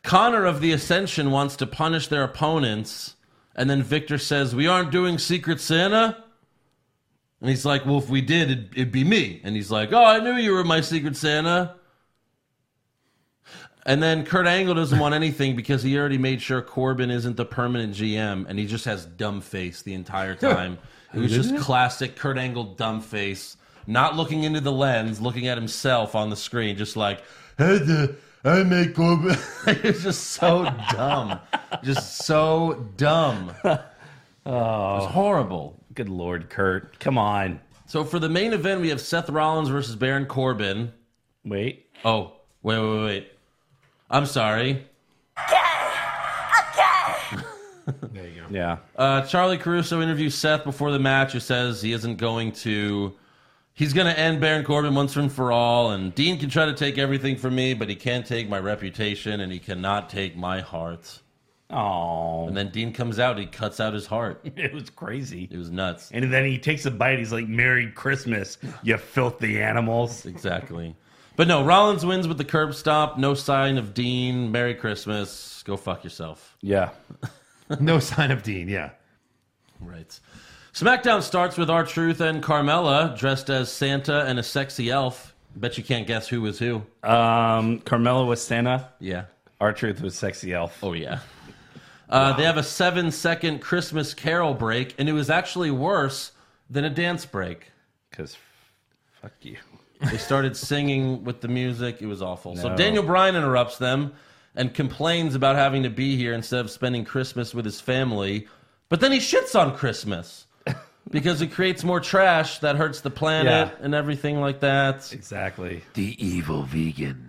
Connor of the Ascension wants to punish their opponents, and then Victor says, "We aren't doing Secret Santa." And he's like, "Well, if we did, it'd, it'd be me." And he's like, "Oh, I knew you were my Secret Santa." And then Kurt Angle doesn't want anything because he already made sure Corbin isn't the permanent GM, and he just has dumb face the entire time. it was just classic Kurt Angle dumb face, not looking into the lens, looking at himself on the screen, just like, "Hey, the- I make Corbin." <laughs> it was just so dumb, just so dumb. Oh. It was horrible.
Good lord, Kurt. Come on.
So for the main event, we have Seth Rollins versus Baron Corbin.
Wait.
Oh, wait, wait, wait. I'm sorry.
There you go.
Yeah.
Uh, Charlie Caruso interviews Seth before the match, who says he isn't going to. He's going to end Baron Corbin once and for all, and Dean can try to take everything from me, but he can't take my reputation, and he cannot take my heart.
Oh.
And then Dean comes out, he cuts out his heart.
<laughs> It was crazy.
It was nuts.
And then he takes a bite. He's like, Merry Christmas, you filthy animals.
Exactly. But no, Rollins wins with the curb stop. No sign of Dean. Merry Christmas. Go fuck yourself.
Yeah.
<laughs> No sign of Dean. Yeah.
Right. SmackDown starts with our Truth and Carmella dressed as Santa and a sexy elf. Bet you can't guess who was who.
Um, Carmelo was Santa.
Yeah.
Our truth was sexy elf.
Oh, yeah. Uh, They have a seven second Christmas carol break, and it was actually worse than a dance break.
Because fuck you. <laughs>
They started singing with the music. It was awful. So
No.
Daniel Bryan interrupts them and complains about having to be here instead of spending Christmas with his family. But then he shits on
<laughs>
Christmas because it creates more trash that hurts the planet
Yeah.
and everything like that.
Exactly.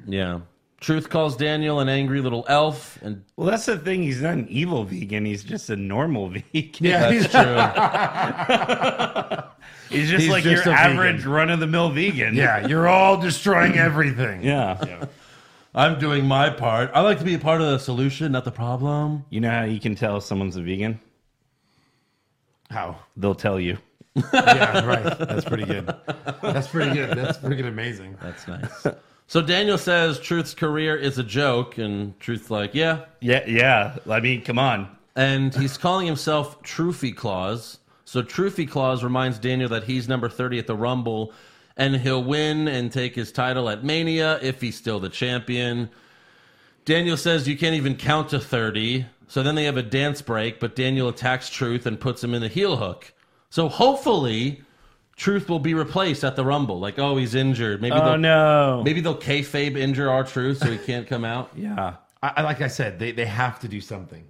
Yeah. Truth calls Daniel an angry little elf,
<laughs>
and
Well, that's the thing. He's not an evil vegan. He's just a normal <laughs> vegan.
Yeah.
that's true.
He's just
He's
like
just
your
a
average
vegan.
run of the mill vegan.
Yeah, you're all destroying everything.
Yeah.
I'm doing my part. I like to be a part of the solution, not the problem.
You know how you can tell if someone's a vegan?
How?
They'll tell you.
Yeah, right. That's pretty good. That's pretty good. That's freaking amazing.
That's nice. <laughs> so Daniel says Truth's career is a joke, and Truth's like, yeah,
Yeah. Yeah. I mean, come on.
and he's calling himself Trophy Claus. So Trophy Claus reminds Daniel that he's number 30 at the Rumble and he'll win and take his title at Mania if he's still the champion. Daniel says you can't even count to 30. So then they have a dance break, but Daniel attacks Truth and puts him in the heel hook. So hopefully Truth will be replaced at the Rumble. Like, oh, he's injured. Maybe
Oh
they'll,
no.
maybe they'll kayfabe injure our Truth so he can't come out.
Yeah.
I, I- like I said, they, they have to do something.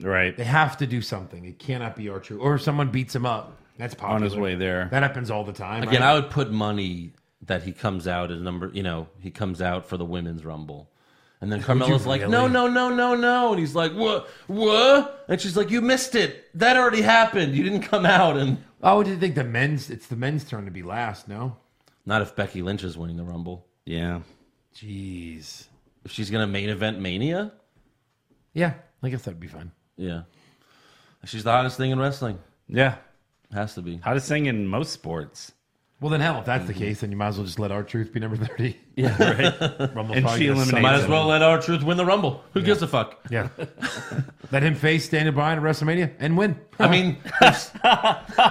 Right.
They have to do something. It cannot be our true. Or if someone beats him up, that's popular.
On his way there.
That happens all the time.
Again,
right?
I would put money that he comes out as number, you know, he comes out for the women's rumble. And then Carmella's like, no,
really?
no, no, no, no. And he's like, what, what? And she's like, you missed it. That already happened. You didn't come out. And
oh, do you think the men's? It's the men's turn to be last. No.
not if Becky Lynch is winning the rumble.
Yeah.
Jeez.
If she's going to main event Mania,
Yeah, I guess that'd be fun.
yeah. She's the hottest thing in wrestling.
Yeah.
Has to be.
How to sing in most sports.
Well, then hell, if that's
Mm-hmm.
the case, then you might as well just let our truth be number thirty. <laughs> Rumble
And
Fogg
she
is
eliminates
somebody-
Might as well let our truth win the rumble. Who gives a fuck?
Yeah. <laughs> let him face Daniel Bryan at WrestleMania and
<laughs>
win.
I mean, <laughs>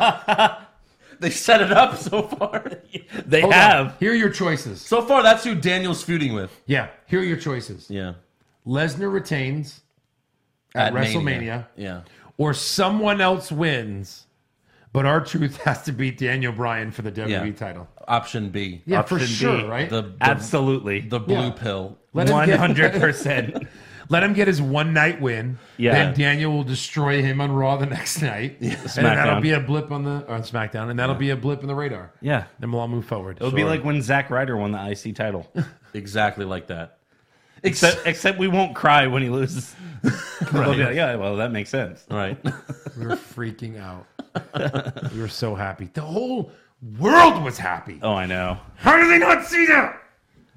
they set it up so far.
They
Hold on.
have.
Here are your choices.
So far, that's who Daniel's feuding with.
Yeah. Here are your choices.
Yeah.
Lesnar retains at, WrestleMania,
Yeah.
or someone else wins, but our truth has to beat Daniel Bryan for the WWE
Yeah.
title.
Option B.
Yeah,
Option
for
B,
sure, right?
The, the,
Absolutely.
the blue
Yeah.
pill.
let, him get,
100%.
let him get his one night win.
Yeah.
Then Daniel will destroy him on Raw the <laughs> next night. And that'll
SmackDown.
be a blip on the on SmackDown, and that'll be a blip in the radar.
yeah.
Then we'll all move forward.
It'll be like when Zack Ryder won the IC title.
Exactly like that.
except, except we won't cry when he loses. We'll be like, yeah, well, that makes sense.
<laughs>
Right.
we
<laughs>
were freaking out. we were so happy. The whole world was happy.
Oh, I know.
How do they not see that?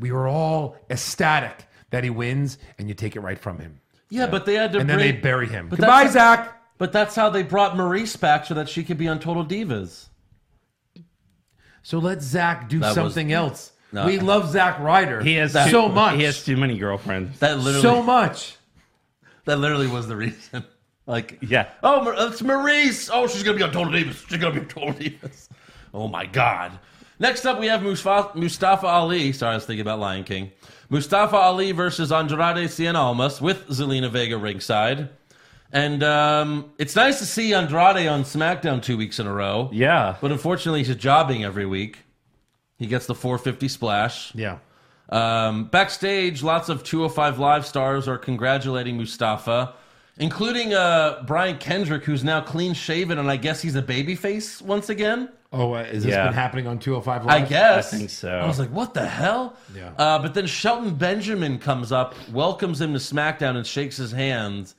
We were all ecstatic that he wins, and you take it right from him.
Yeah, but they had to
And then
bring,
they bury him.
But
Goodbye,
that's-
Zach.
But that's how they brought Maurice back so that she could be on Total Divas.
So let Zach do
That was-
something else.
No.
we love Zach Ryder.
He has too-
so much.
He has too many girlfriends.
That literally
so much.
that literally was the reason. <laughs> Like
yeah.
Oh, Mar- it's Maurice. Oh, she's going to be on Total Divas. She's going to be on Total Divas. Oh, my God. Next up, we have Mustafa, Mustafa Ali. Sorry, I was thinking about Lion King. Mustafa Ali versus Andrade Cien Almas with Zelina Vega ringside. And um, it's nice to see Andrade on SmackDown two weeks in a row.
Yeah.
But unfortunately, he's jobbing every week. He gets the 450 splash.
Yeah.
Um, backstage, lots of 205 Live stars are congratulating Mustafa, including uh, Brian Kendrick, who's now clean shaven, and I guess he's a babyface once again.
Oh, uh, is this
Yeah.
been happening on 205
I
Live?
guess.
I think so.
I was like, what the hell?
Yeah.
Uh, but then Shelton Benjamin comes up, welcomes him to SmackDown, and shakes his hand.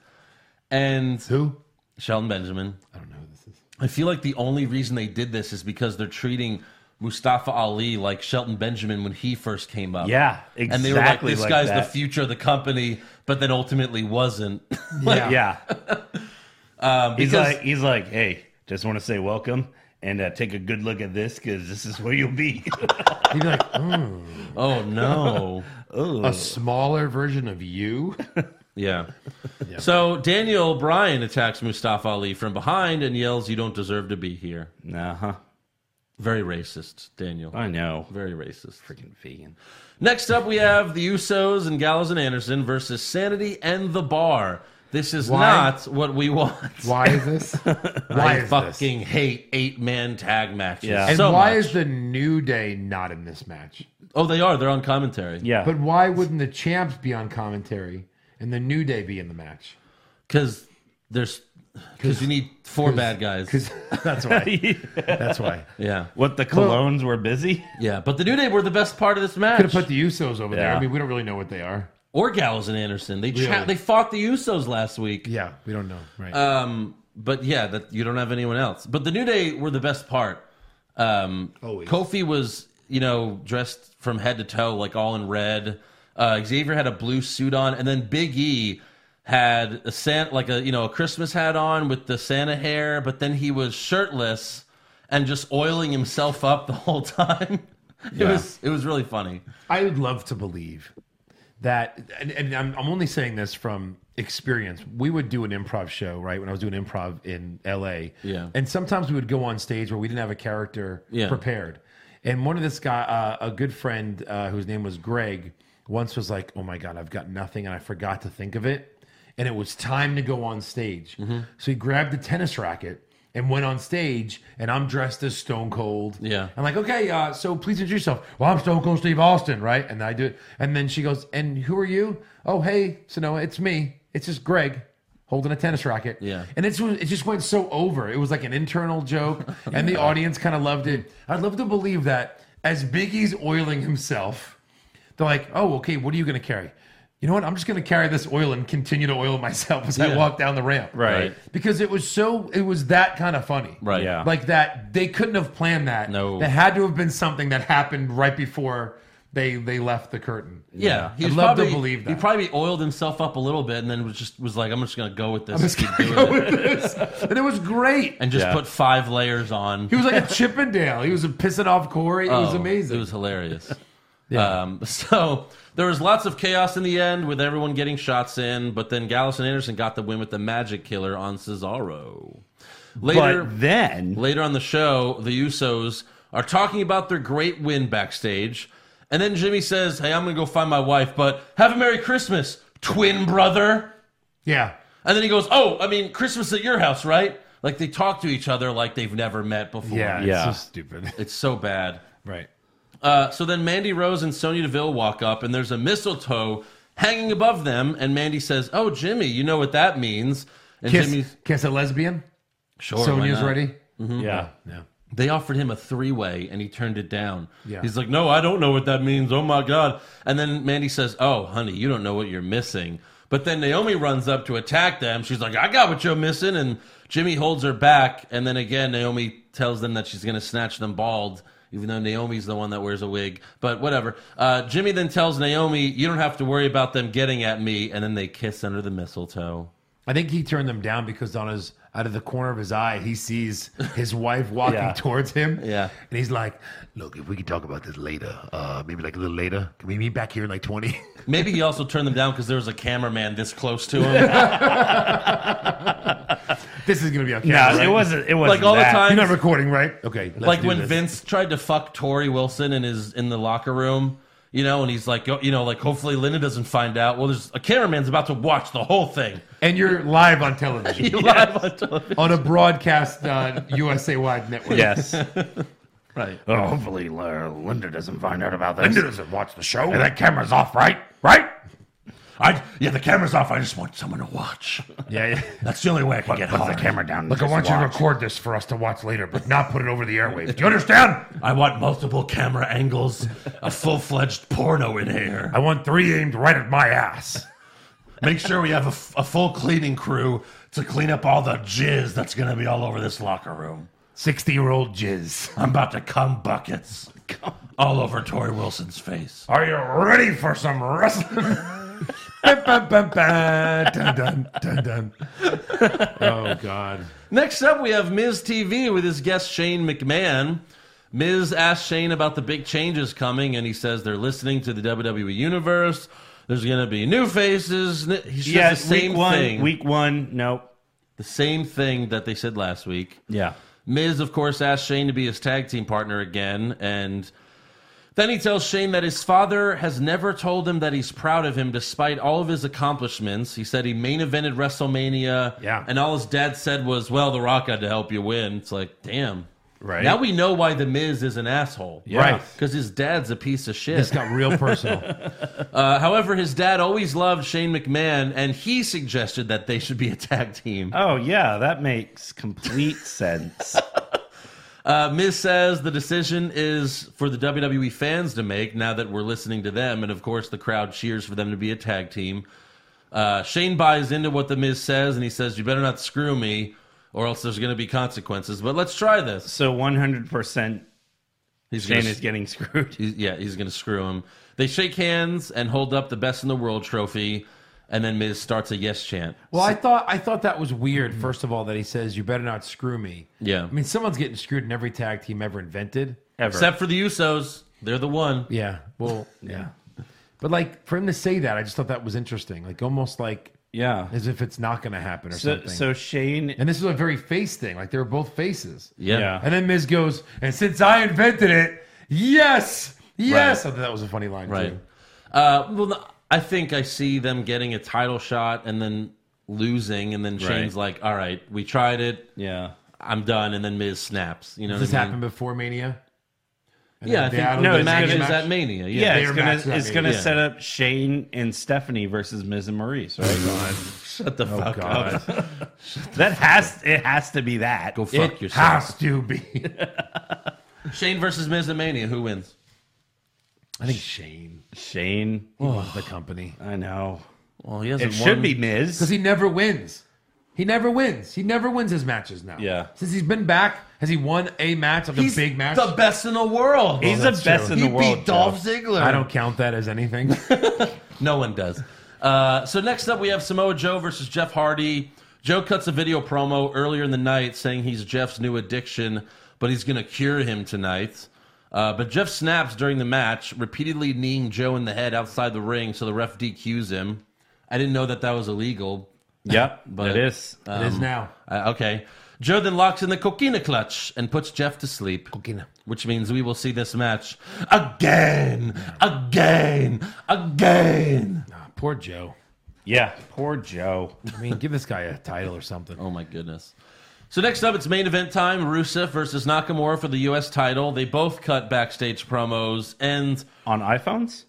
And
Who?
Shelton Benjamin.
I don't know who this is.
<laughs> I feel like the only reason they did this is because they're treating Mustafa Ali like Shelton Benjamin when he first came up.
Yeah,
And they were like,
exactly
this
like
guy's the
that."
future of the company, but then ultimately wasn't. <laughs>
Yeah. he's
Um, because-
like, he's like, hey, just want to say welcome and uh, take a good look at this because this is where you'll be. <laughs>
He'd be like, "Mm,
oh, no.
a smaller version of you.
Yeah. So Daniel Bryan attacks Mustafa Ali from behind and yells, You don't deserve to be here.
uh huh.
Very racist, Daniel.
I know.
Very racist.
Freaking vegan.
Next up, we have the Usos and Gallows and Anderson versus Sanity and the Bar. This is
Why?
not what we want.
Why
<laughs>
is this? Why
I
is this?
fucking hate eight man tag matches.
Yeah.
Yeah.
And
So
why
much.
is the New Day not in this match?
oh, they are. They're on commentary.
Yeah.
But why wouldn't the champs be on commentary and the New Day be in the match?
Because there's because you need four bad
<laughs>
guys.
Because that's why. That's why.
Yeah.
what the colognes were busy?
Yeah. But the New Day were the best part of this
Could have
match.
put the Usos over there.
Yeah.
I mean, we don't really know what they are.
or Gallows and Anderson. They cha-
Really?
they fought the Usos last week.
Yeah, we don't know. Right.
Um, but yeah, that you don't have anyone else. But the New Day were the best part. Um,
Always.
Kofi was, you know, dressed from head to toe, like all in red. Uh, Xavier had a blue suit on, and then Big E had a Santa, like a you know a Christmas hat on with the Santa hair, but then he was shirtless and just oiling himself up the whole <laughs> time. it was it was really funny.
I would love to believe that, and, and I'm, I'm only saying this from experience. We would do an improv show, right? When I was doing improv in LA.
Yeah.
And sometimes we would go on stage where we didn't have a character
Yeah.
prepared. And one of this guy, uh, a good friend uh, whose name was Greg, once was like, "Oh my god, I've got nothing, and I forgot to think of it, and it was time to go on stage."
Mm-hmm.
So he grabbed a tennis racket and went on stage, and I'm dressed as Stone Cold.
Yeah.
I'm like, "Okay, uh, so please introduce yourself." Well, I'm Stone Cold Steve Austin, right? And I do it, and then she goes, "And who are you?" Oh, hey, Sanoa, it's me. It's just Greg holding a tennis racket.
Yeah.
And it's, it just went so over. It was like an internal
<laughs>
joke, and the audience kind of loved it. I'd love to believe that as Biggie's oiling himself, they're like, oh, okay, what are you going to carry? You know what? I'm just going to carry this oil and continue to oil myself as I
Yeah.
walk down the ramp.
Right.
Because it was so, it was that kind of funny.
Right. Yeah.
Like that, they couldn't have planned that.
No.
That had to have been something that happened right before they they left the curtain.
Yeah,
I'd
was
love to believe that.
He probably oiled himself up a little bit and then was just was like, I'm just gonna go with this,
just
and keep
gonna
doing
go
it.
with this. And it was great.
and just
Yeah.
put five layers on.
He was like a Chippendale. He was a pissing off Corey. It was
Oh,
amazing.
It was
<laughs>
hilarious. Um, <laughs> so there was lots of chaos in the end with everyone getting shots in, but then Gallus and Anderson got the win with the Magic Killer on Cesaro. Later,
But then,
Later on the show, the Usos are talking about their great win backstage. And then Jimmy says, Hey, I'm going to go find my wife, but have a Merry Christmas, twin brother.
yeah.
And then he goes, Oh, I mean, Christmas at your house, right? Like they talk to each other like they've never met before.
Yeah.
Yeah.
It's just stupid. <laughs>
It's so bad.
right.
Uh, so then Mandy Rose and Sonya Deville walk up, and there's a mistletoe hanging above them. And Mandy says, Oh, Jimmy, you know what that means. And
Kiss,
Jimmy's
kiss a lesbian.
sure. why
Sonya's
not?"
ready.
Mm-hmm.
yeah.
Yeah.
They offered him a three way and he turned it down.
Yeah.
He's like, No, I don't know what that means. Oh my God. And then Mandy says, Oh, honey, you don't know what you're missing. But then Naomi runs up to attack them. She's like, I got what you're missing. And Jimmy holds her back. And then again, Naomi tells them that she's going to snatch them bald, even though Naomi's the one that wears a wig. But whatever. Uh, Jimmy then tells Naomi, You don't have to worry about them getting at me. And then they kiss under the mistletoe.
I think he turned them down because on his out of the corner of his eye, he sees his wife walking
Yeah.
towards him.
Yeah.
And he's like, Look, if we can talk about this later, uh, maybe like a little later. Can we meet back here in like 20?
Maybe he also turned them down because there was a cameraman this close to him.
<laughs> this is gonna be okay.
No, it wasn't. It wasn't
Like all the
that.
<laughs>
time.
You're not recording, right? Okay. let's
like
do
when
this.
Vince tried to fuck Tori Wilson in his in the locker room, you know, and he's
"Oh,"
like, yo- you know, like hopefully Linda doesn't find out. Well, there's a cameraman's about to watch the whole thing
and you're live on
<laughs>
television
live on television.
on a broadcast uh, USA wide network.
Yes.
<laughs> Right.
Oh, hopefully, uh, Linda doesn't find out about this.
Linda doesn't watch the show.
And that camera's off, right? Right?
I yeah, the camera's off. I just want someone to watch.
Yeah, yeah.
That's the only way I can get
Put
hard.
the camera down.
Look, I
Just
want you to
watch.
record this for us to watch later, but not put it over the airwaves. Do you understand?
I want multiple camera angles, a full-fledged porno in here.
I want three aimed right at my ass.
Make sure we have a f- a, full cleaning crew to clean up all the jizz that's going to be all over this locker room.
60 year old jizz.
I'm about to cum buckets all over Tori Wilson's face.
Are you ready for some wrestling? Bum, bum, bum, bum. Dun, dun, dun, dun. Oh, God.
Next up, we have Ms. TV with his guest Shane McMahon. Miz asks Shane about the big changes coming, and he says they're listening to the WWE Universe. There's going to be new faces. N- He says
Yes,
the same
week one.
thing.
Week one. Nope.
The same thing that they said last week.
Yeah.
Miz, of course, asks Shane to be his tag team partner again, and then he tells Shane that his father has never told him that he's proud of him despite all of his accomplishments. He said he main evented WrestleMania,
Yeah.
and all his dad said was, "Well, The Rock had to help you win." It's like, damn.
Right.
Now we know why The Miz is an asshole.
Right.
Because his dad's a piece of shit.
This got real personal.
Uh, however, his dad always loved Shane McMahon, and he suggested that they should be a tag team.
Oh, yeah. That makes complete
<laughs>
sense.
Uh, Miz says the decision is for the WWE fans to make now that we're listening to them. And of course, the crowd cheers for them to be a tag team. Uh, Shane buys into what The Miz says and he says, You better not screw me or else there's going to be consequences. But let's try this.
So 100%
He's
Shane
gonna-
is getting
<laughs>
screwed.
he's- yeah, he's going to screw him. They shake hands and hold up the best in the world trophy. And then Miz starts a yes chant.
Well, I thought I thought that was weird. First of all, that he says you better not screw me.
Yeah.
I mean, someone's getting screwed in every tag team ever invented.
Ever.
Except for the Usos. They're the one.
Yeah. Well, yeah. But like for him to say that, I just thought that was interesting. Like almost like
Yeah.
as if it's not going to happen or
So,
something.
so Shane.
and this was a very face thing. Like they were both faces.
Yeah.
Yeah.
And then Miz goes, and since I invented it, yes, yes. I thought that was a funny line.
Right.
Too.
Uh, well, no, I think I see them getting a title shot and then losing, and then Shane's like, "All right, we tried it.
Yeah.
I'm done." And then Miz snaps. You know,
Does this
what I mean?
happened before Mania? And
Yeah, I
then they
think
added
no,
the
the
it's
match
gonna-
is
match.
at Mania. Yeah.
Yeah,
They
it's
are
gonna
matched that
it's
meeting.
gonna
Yeah.
set up Shane and Stephanie versus Miz and Maurice, right?
Shut the fuck
Oh, God.
up.
<laughs>
that has it has to be that.
Go fuck
It
yourself.
has
<laughs>
to be.
Shane versus Miz at Mania. Who wins?
I think Shane
Shane,
Oh.
runs the company
I know
Well, he hasn't
it
won.
should be
because
Miz.
he never wins. He never wins. He never wins his matches now.
Yeah.
Since he's been back, has he won a match, like
He's
a big match?
The best in the world.
He's the best in
he
the world.
beat
Joe.
Dolph Ziggler.
I don't count that as anything. <laughs>
No one does. Uh, so next up, we have Samoa Joe versus Jeff Hardy. Joe cuts a video promo earlier in the night saying he's Jeff's new addiction, but he's going to cure him tonight. Uh, but Jeff snaps during the match, repeatedly kneeing Joe in the head outside the ring, so the ref DQs him. I didn't know that that was illegal.
Yep,
But-
but it is.
it is now.
Uh, okay. Joe then locks in the coquina clutch and puts Jeff to sleep.
Coquina.
Which means we will see this match again, again, again.
Ah, poor Joe.
yeah, poor Joe.
I mean, give this guy a title or something.
Oh my goodness. So next up, it's main event time: Rusev versus Nakamura for the U.S. title. They both cut backstage promos, and
On iPhones,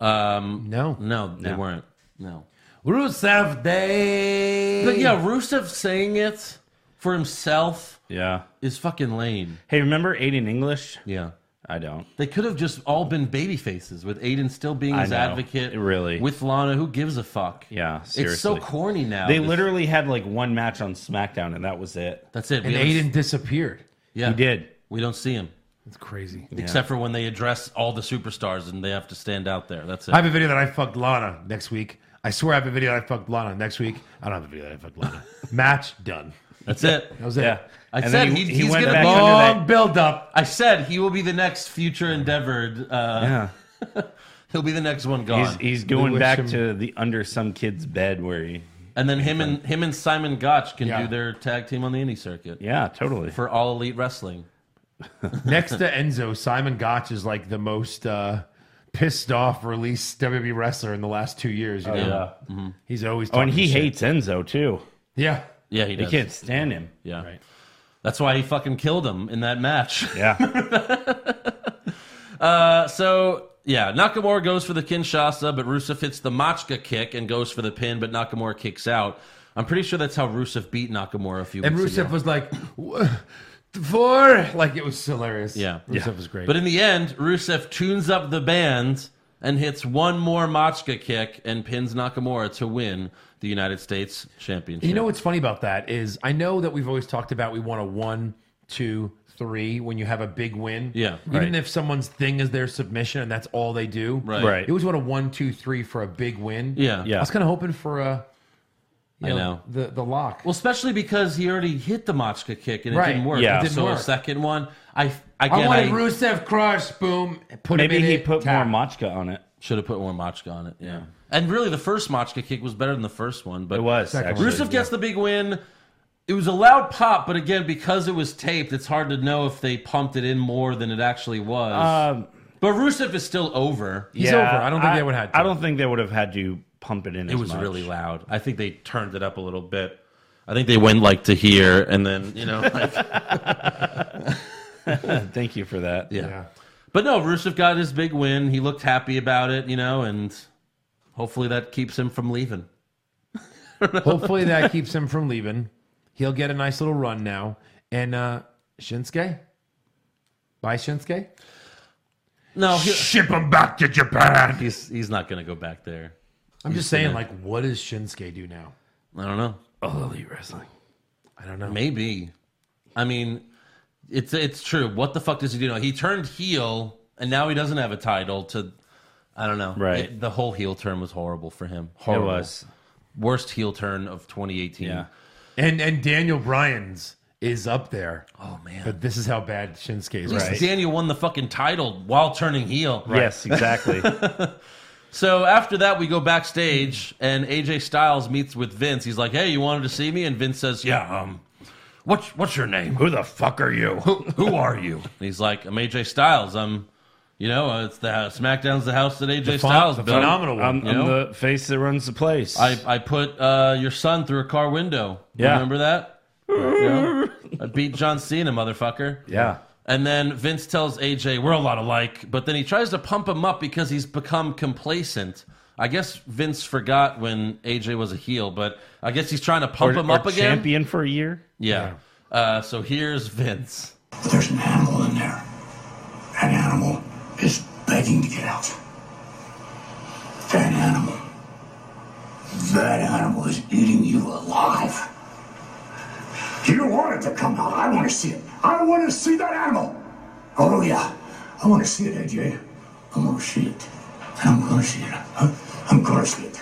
um,
No.
Mm.
no, they weren't. No,
Rusev Day.
but yeah, Rusev saying it for himself
yeah.
is fucking lame.
Hey, remember Aiden English?
Yeah,
I don't.
they could have just all been baby faces with Aiden still being
I
his
know.
advocate.
It really-
with Lana, who gives a fuck?
Yeah,
it's so
seriously.
corny now.
They
This-
literally had like one match on SmackDown, and that was it.
that's it.
And
don't-
Aiden disappeared.
yeah,
He did.
We don't see him
It's crazy.
except for when they address all the superstars and they have to stand out there. That's it.
I have a video that I fucked Lana next week. I swear I have a video that I fucked Lana next week. I don't have a video that I fucked
<laughs>
Lana. Match done.
That's it.
That was it.
Yeah,
I
And
said
then
he- he's
went
gonna
back
be-
under that-
Long build up.
I said he will be the next future endeavored. Uh,
Yeah.
He'll be the next one
He's,
gone.
he's
wish
going back
him-
to the under some kid's bed where he.
and then him and him and Simon Gotch can
Yeah.
do their tag team on the indie circuit
Yeah, totally.
for All Elite Wrestling.
Next to Enzo, Simon Gotch is like the most uh, pissed off released WWE wrestler in the last two years. You know?
Oh, yeah.
He's always
Oh, and
talking
he
shit.
hates Enzo too.
Yeah.
Yeah, he
He
does.
can't stand
<laughs>
him.
Yeah, that's why he fucking killed him in that match. <laughs>
Yeah.
Uh, so yeah, Nakamura goes for the Kinshasa, but Rusev hits the Machka kick and goes for the pin, but Nakamura kicks out. I'm pretty sure that's how Rusev beat Nakamura a few
And
weeks ago.
Rusev was like, "Wha- four. Like it was hilarious.
Yeah.
Rusev
Yeah.
was great.
But in the end, Rusev tunes up the band and hits one more Machka kick and pins Nakamura to win the United States Championship.
You know what's funny about that is I know that we've always talked about we want a one, two, three when you have a big win.
Yeah.
Even
Right.
if someone's thing is their submission and that's all they do.
Right.
Right.
You always want a one, two, three for a big win.
Yeah.
I
Yeah.
was kind of hoping for a. You
I
know,
know.
the the lock.
Well, especially because he already hit the Machka kick and it
Right.
didn't work.
Yeah. It
didn't
so
work.
a second one, I I,
I
again, I,
wanted Rusev crush. Boom. Put him
Maybe
in
he
it,
put more
tap.
Machka on it.
should have put more Machka on it. Yeah. And really, the first Machka kick was better than the first one. But
It was.
Second
Actually.
Rusev gets the big win. It was a loud pop, but again, because it was taped, it's hard to know if they pumped it in more than it actually was.
Um,
but Rusev is still over.
He's over. I don't think they would have had to.
I don't think they would have had to pump it in.
It was really loud. I think they turned it up a little bit. I think they went like to here, and then you know, <laughs> like,
Thank you for that.
yeah.
Yeah.
But no, Rusev got his big win. He looked happy about it, you know, and hopefully that keeps him from leaving.
Hopefully that <laughs> keeps him from leaving. He'll get a nice little run now. And uh Shinsuke? Bye, Shinsuke.
No, he,
Ship him back to Japan.
he's he's not gonna go back there.
I'm just saying, like, what does Shinsuke do now?
I don't know.
Oh,
All Elite Wrestling.
I don't know.
Maybe. I mean, it's it's true. What the fuck does he do now? He turned heel, and now he doesn't have a title. To I don't know.
Right.
It- the whole heel turn was horrible for him.
It
Horrible.
was.
worst heel turn of 2018.
Yeah.
And and Daniel Bryan's is up there,
Oh man.
but this is how bad Shinsuke is.
At least <laughs>
Right.
Daniel won the fucking title while turning heel.
Yes, exactly.
So after that, we go backstage, and AJ Styles meets with Vince. He's like, "Hey, you wanted to see me?" And Vince says, "Yeah, um, what's what's your name?
Who the fuck are you?
Who are you?" And he's like, "I'm AJ Styles. I'm, you know, uh, it's the SmackDown's the house that AJ Styles built.
Um,
phenomenal one.
I'm,
You know?
I'm the face that runs the place.
I I put uh, your son through a car window.
Yeah.
Remember that? Yeah. I beat John Cena, motherfucker.
yeah.
And then Vince tells AJ, we're a lot alike, but then he tries to pump him up because he's become complacent. I guess Vince forgot when AJ was a heel, but I guess he's trying to pump him
Or
up again.
Champion for a year.
Yeah. Uh, so here's Vince.
There's an animal in there. That animal is begging to get out. That animal. That animal is eating you alive. You want it to come out. I want to see it. I want to see that animal. Oh, yeah. I want to see it, AJ. I want to see it. I'm going to see it. Huh? I'm going to see it.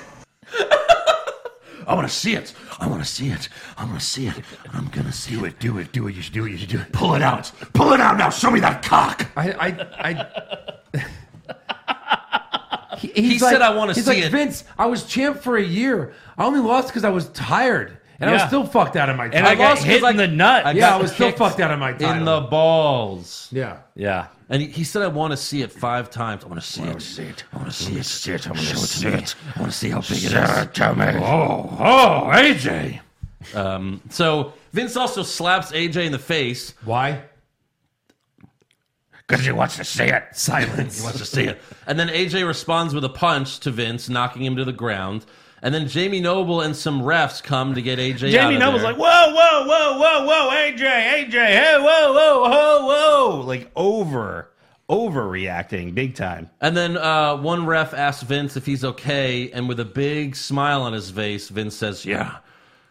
I want to see it. I want to see it. I want to see it. I'm going to see it.
Do it. Do it. You should do it. You should do it. Pull it out. Pull it out now. Show me that cock.
I, I, <laughs> I he,
He
he's
said, "I wanna
he's
see
like,
it."
Vince, I was champ for a year. I only lost because I was tired, and I was
Yeah.
still fucked out of my time.
And I, got
lost 'cause
hit
I-
in the nut.
I
yeah,
got
I was still
kicked
fucked out of my time.
In the balls.
yeah,
yeah.
And he, he said, I want to see it five times. I want to see it. see it. I want to see it. See it. I want to see it. I want to see how big it is.
Oh, oh, AJ.
Um, so Vince also slaps AJ in the face.
why?
Because he wants to see it.
Silence. he wants to see it. And then AJ responds with a punch to Vince, knocking him to the ground. And then Jamie Noble and some refs come to get AJ. out
Jamie
of
Noble's
there.
like, whoa, whoa, whoa, whoa, whoa, AJ, AJ, hey, whoa, whoa, whoa, whoa, like over, overreacting big time.
And then uh, one ref asks Vince if he's okay, and with a big smile on his face, Vince says, "Yeah,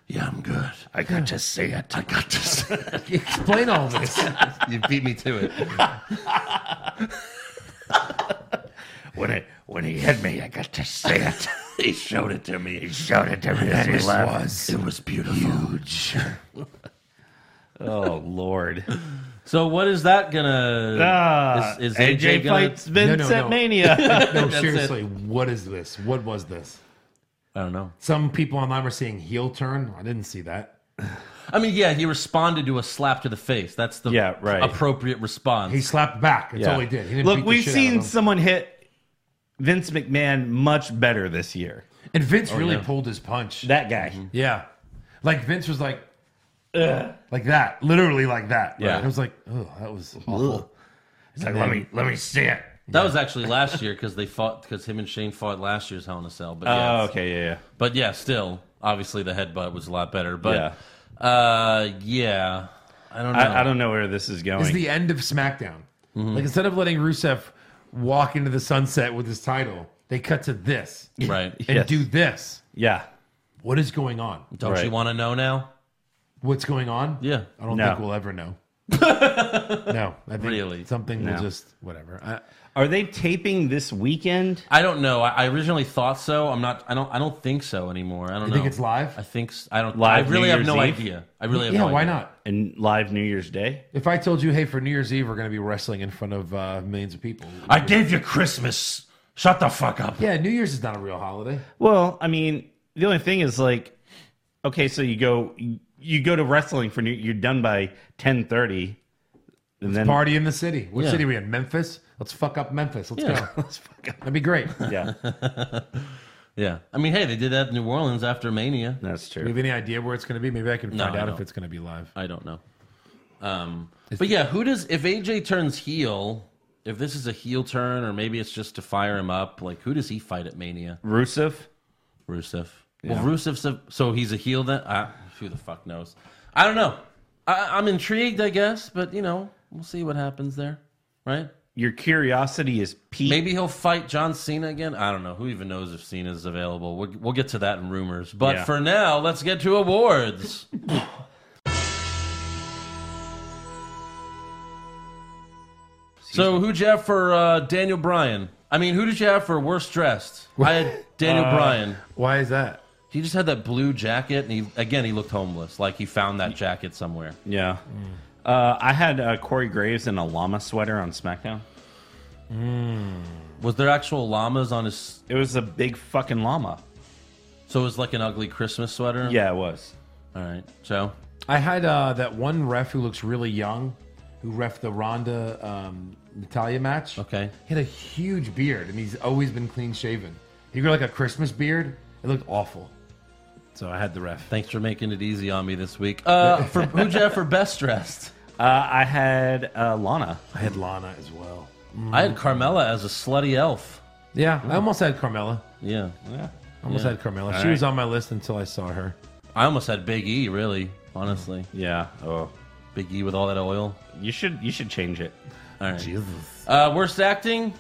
yeah, I'm good.
I got to see it.
I got this.
Explain all <laughs> this.
you beat me to it."
<laughs>
When it when he hit me, I got to see it. he showed it to me. He showed it to me. Yes,
it
It was beautiful.
Oh, Lord.
So what is that gonna?
Ah,
is, is
AJ,
AJ, gonna?
fights Vince
No, no,
at
no.
Mania.
No, seriously, what is this? What was this?
I don't know.
Some people online were saying heel turn. I didn't see that.
I mean, yeah, he responded to a slap to the face. That's the
Yeah, right.
appropriate response.
He slapped back. That's <laughs>
Yeah.
all he did. He didn't beat
Look,
the
we've
shit out
seen
of him.
someone hit Vince McMahon much better this year.
and Vince really
yeah.
pulled his punch.
That guy.
Yeah. Like Vince was like, like that, literally like that.
Yeah.
And I was like, oh, that was awful.
It's like, let me let me see it.
that was actually last year because they fought because him and Shane fought last year's Hell in a Cell. But yeah,
Oh, okay, yeah, yeah.
but yeah, still, obviously the headbutt was a lot better. But yeah, Uh, yeah I don't know.
I,
<laughs>
I don't know where this is going.
It's the end of SmackDown. Like instead of letting Rusev walk into the sunset with his title, they cut to this
right? <laughs>
and
Yes.
do this.
yeah.
What is going on?
Don't you
Right.
want to know now?
What's going on?
Yeah.
I don't
No.
think we'll ever know. no, I think
Really?
something
No.
will just whatever. I,
Are they taping this weekend?
I don't know. I, I originally thought so. I'm not. I don't. I don't think so anymore. I don't
You
know.
think it's live?
I think. s- I don't.
Live
I really
New
have
Year's
no
Eve?
idea. I really have
yeah,
no
why
idea.
not?
And live New Year's Day?
If I told you, hey, for New Year's Eve we're going to be wrestling in front of uh, millions of people,
I gave you Christmas. Shut the fuck up.
yeah, New Year's is not a real holiday.
Well, I mean, the only thing is like, okay, so you go you go to wrestling for new, you're done by ten thirty, and then
Party in the city. What
Yeah.
city are we in? Memphis. Let's fuck up Memphis. Let's
<laughs> Yeah.
go. That'd be great. Do <laughs>
yeah,
Yeah. I mean, hey, they did that in New Orleans after Mania.
that's
you
true.
have any idea where it's going to be? Maybe I can
No,
find
I
out
don't.
if it's going to be live.
I don't know. Um, but yeah, who does if AJ turns heel? If this is a heel turn, or maybe it's just to fire him up, like who does he fight at Mania?
Rusev,
Rusev. Well, Rusev's a, so he's a heel then. Uh, who the fuck knows? I don't know. I, I'm intrigued, I guess, but you know, we'll see what happens there, right?
your curiosity is peaked.
Maybe he'll fight John Cena again. I don't know. Who even knows if Cena's available? We'll, we'll get to that in rumors. But
Yeah.
for now, let's get to awards. so, who'd you have for uh, Daniel Bryan? I mean, who did you have for worst dressed? I had Daniel Bryan.
Why is that?
He just had that blue jacket, and he again he looked homeless. Like he found that jacket somewhere.
Mm.
Yeah, uh, I had uh, Corey Graves in a llama sweater on SmackDown.
Was there actual llamas on his?
It was a big fucking llama.
So it was like an ugly Christmas sweater.
Yeah, it was.
All right. So
I had uh, that one ref who looks really young, who ref the Ronda um, Natalia match.
Okay.
He had a huge beard, and he's always been clean shaven. He grew like a Christmas beard. It looked awful. So I had the ref.
thanks for making it easy on me this week. Uh, for who'd you have for best dressed?
Uh, I had uh, Lana.
I had Lana as well.
I had Carmela as a slutty elf.
Yeah, I almost had Carmella.
Yeah.
Yeah.
I almost
Yeah.
had Carmella. she was on my list until I saw her.
I almost had Big E. Really, honestly,
Yeah. Oh,
Big E with all that oil.
you should you should change it.
All right.
Jesus.
Uh, worst acting.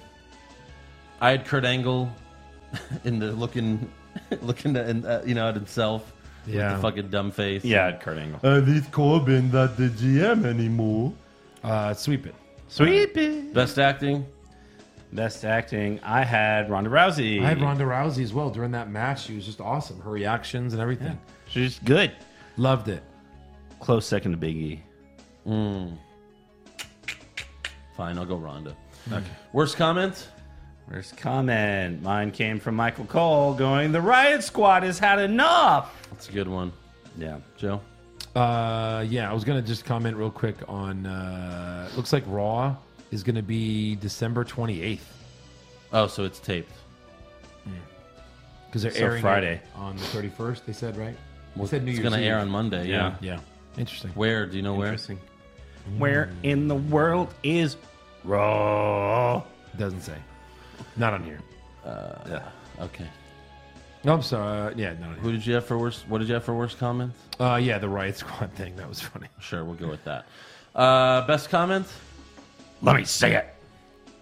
I had Kurt Angle <laughs> in the looking, <laughs> looking at, in- uh, you know, at himself.
Yeah.
With the fucking dumb face.
Yeah, I had Kurt Angle.
And it's Corbin not the GM anymore.
Uh, sweep it.
Sweet bee.
Best acting.
Best acting. I had Ronda Rousey.
I had Ronda Rousey as well. During that match, she was just awesome. Her reactions and everything.
She's good.
Loved it.
Close second to Big E.
Fine, I'll go Ronda. Okay. Worst comment.
First comment. Mine came from Michael Cole going, The Riot Squad has had enough.
That's a good one,
Yeah.
Joe.
Uh, yeah, I was gonna just comment real quick on. Uh, looks like Raw is gonna be December twenty eighth
Oh, so it's taped.
because they're
So
airing it
Friday.
on the thirty first. They said right. They said New
It's
Year's
gonna air
Eve.
on Monday. Yeah.
Yeah.
Yeah, interesting.
Where? Do you know where?
Where in the world is Raw?
Doesn't say. Not on here.
Okay.
No, I'm sorry. Uh, yeah, not on
Who
here.
did you have for worst? What did you have for worst comments?
Uh, yeah, the Riot Squad <laughs> thing. That was funny.
Sure, we'll go with that. Uh, best comment.
Let me say it.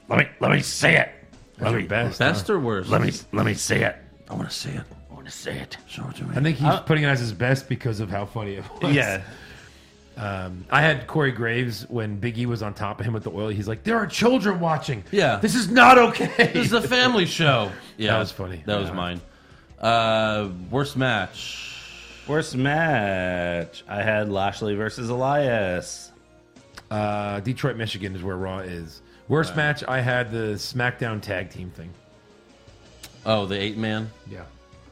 Let me let me say it. Let me
Best.
Best or worst?
Let me let me say it.
I want to see it.
I want to say it.
Show it to
I
me.
think he's putting it as his best because of how funny it was.
Yeah.
Um, I had Corey Graves when Biggie was on top of him with the oil. He's like, "There are children watching.
Yeah.
this is not okay."
<laughs> This is a family show. Yeah,
That was funny.
That was
Yeah.
mine. Uh, worst match.
Worst match. I had Lashley versus Elias.
Uh, Detroit, Michigan is where Raw is. Worst match I had the SmackDown tag team thing.
Oh, the eight man.
Yeah.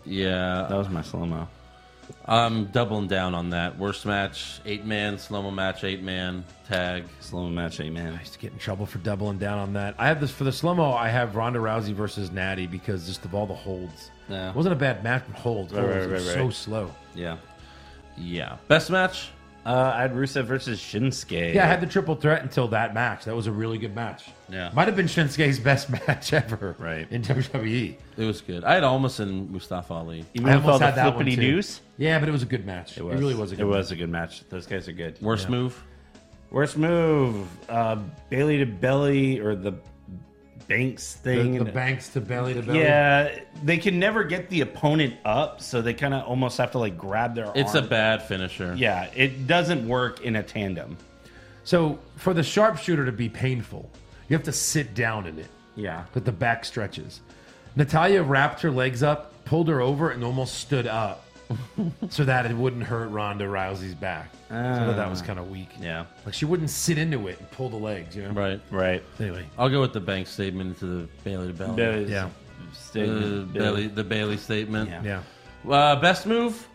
Yeah,
That was my slow mo.
I'm doubling down on that. Worst match, eight man, slow mo match, eight man, tag.
Slow mo match, amen.
I used to get in trouble for doubling down on that. I have this for the slow mo. I have Ronda Rousey versus Natty because just of all the holds.
Yeah.
It wasn't a bad match, but holds.
Right,
holds
right,
were
right,
so
right.
slow.
Yeah.
Yeah. Best match?
Uh, I had Rusev versus Shinsuke.
Yeah, I had the triple threat until that match. That was a really good match.
Yeah.
Might have been Shinsuke's best <laughs> match ever.
Right.
In E. WWE.
It was good. I had Almas and Mustafa Ali.
Even
I
with all
almost
the
had that one
flippity
too.
doos.
Yeah, but it was a good match. It, really was a good
It
match.
was a good match. Those guys are good.
Worst move?
Worst move, uh, Bailey to belly or the Banks thing.
The, the banks to belly to belly.
Yeah, they can never get the opponent up, so they kind of almost have to like grab their.
It's a
arm.
bad finisher.
Yeah, it doesn't work in a tandem.
So for the sharpshooter to be painful, you have to sit down in it
Yeah,
with the back stretches. Natalia wrapped her legs up, pulled her over, and almost stood up so that it wouldn't hurt Ronda Rousey's back. so that was kind of weak.
yeah,
Like she wouldn't sit into it and pull the legs, you know?
Right.
right.
Anyway.
I'll go with the bank statement to the Bailey to Belly.
Yeah.
Stay-
The Bailey, the Bailey statement.
Yeah.
Yeah.
Uh, best move?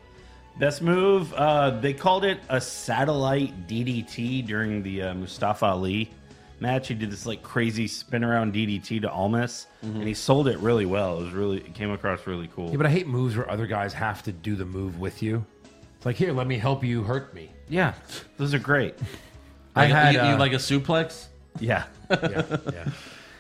Best move. Uh, they called it a satellite DDT during the uh, Mustafa Ali match. He did this like crazy spin around DDT to Almas, and he sold it really well. It was really it came across really cool.
Yeah, but I hate moves where other guys have to do the move with you. It's like, here, let me help you hurt me.
yeah, those are great.
I
Like,
had,
you, you
uh,
like a suplex?
Yeah,
<laughs> yeah, yeah.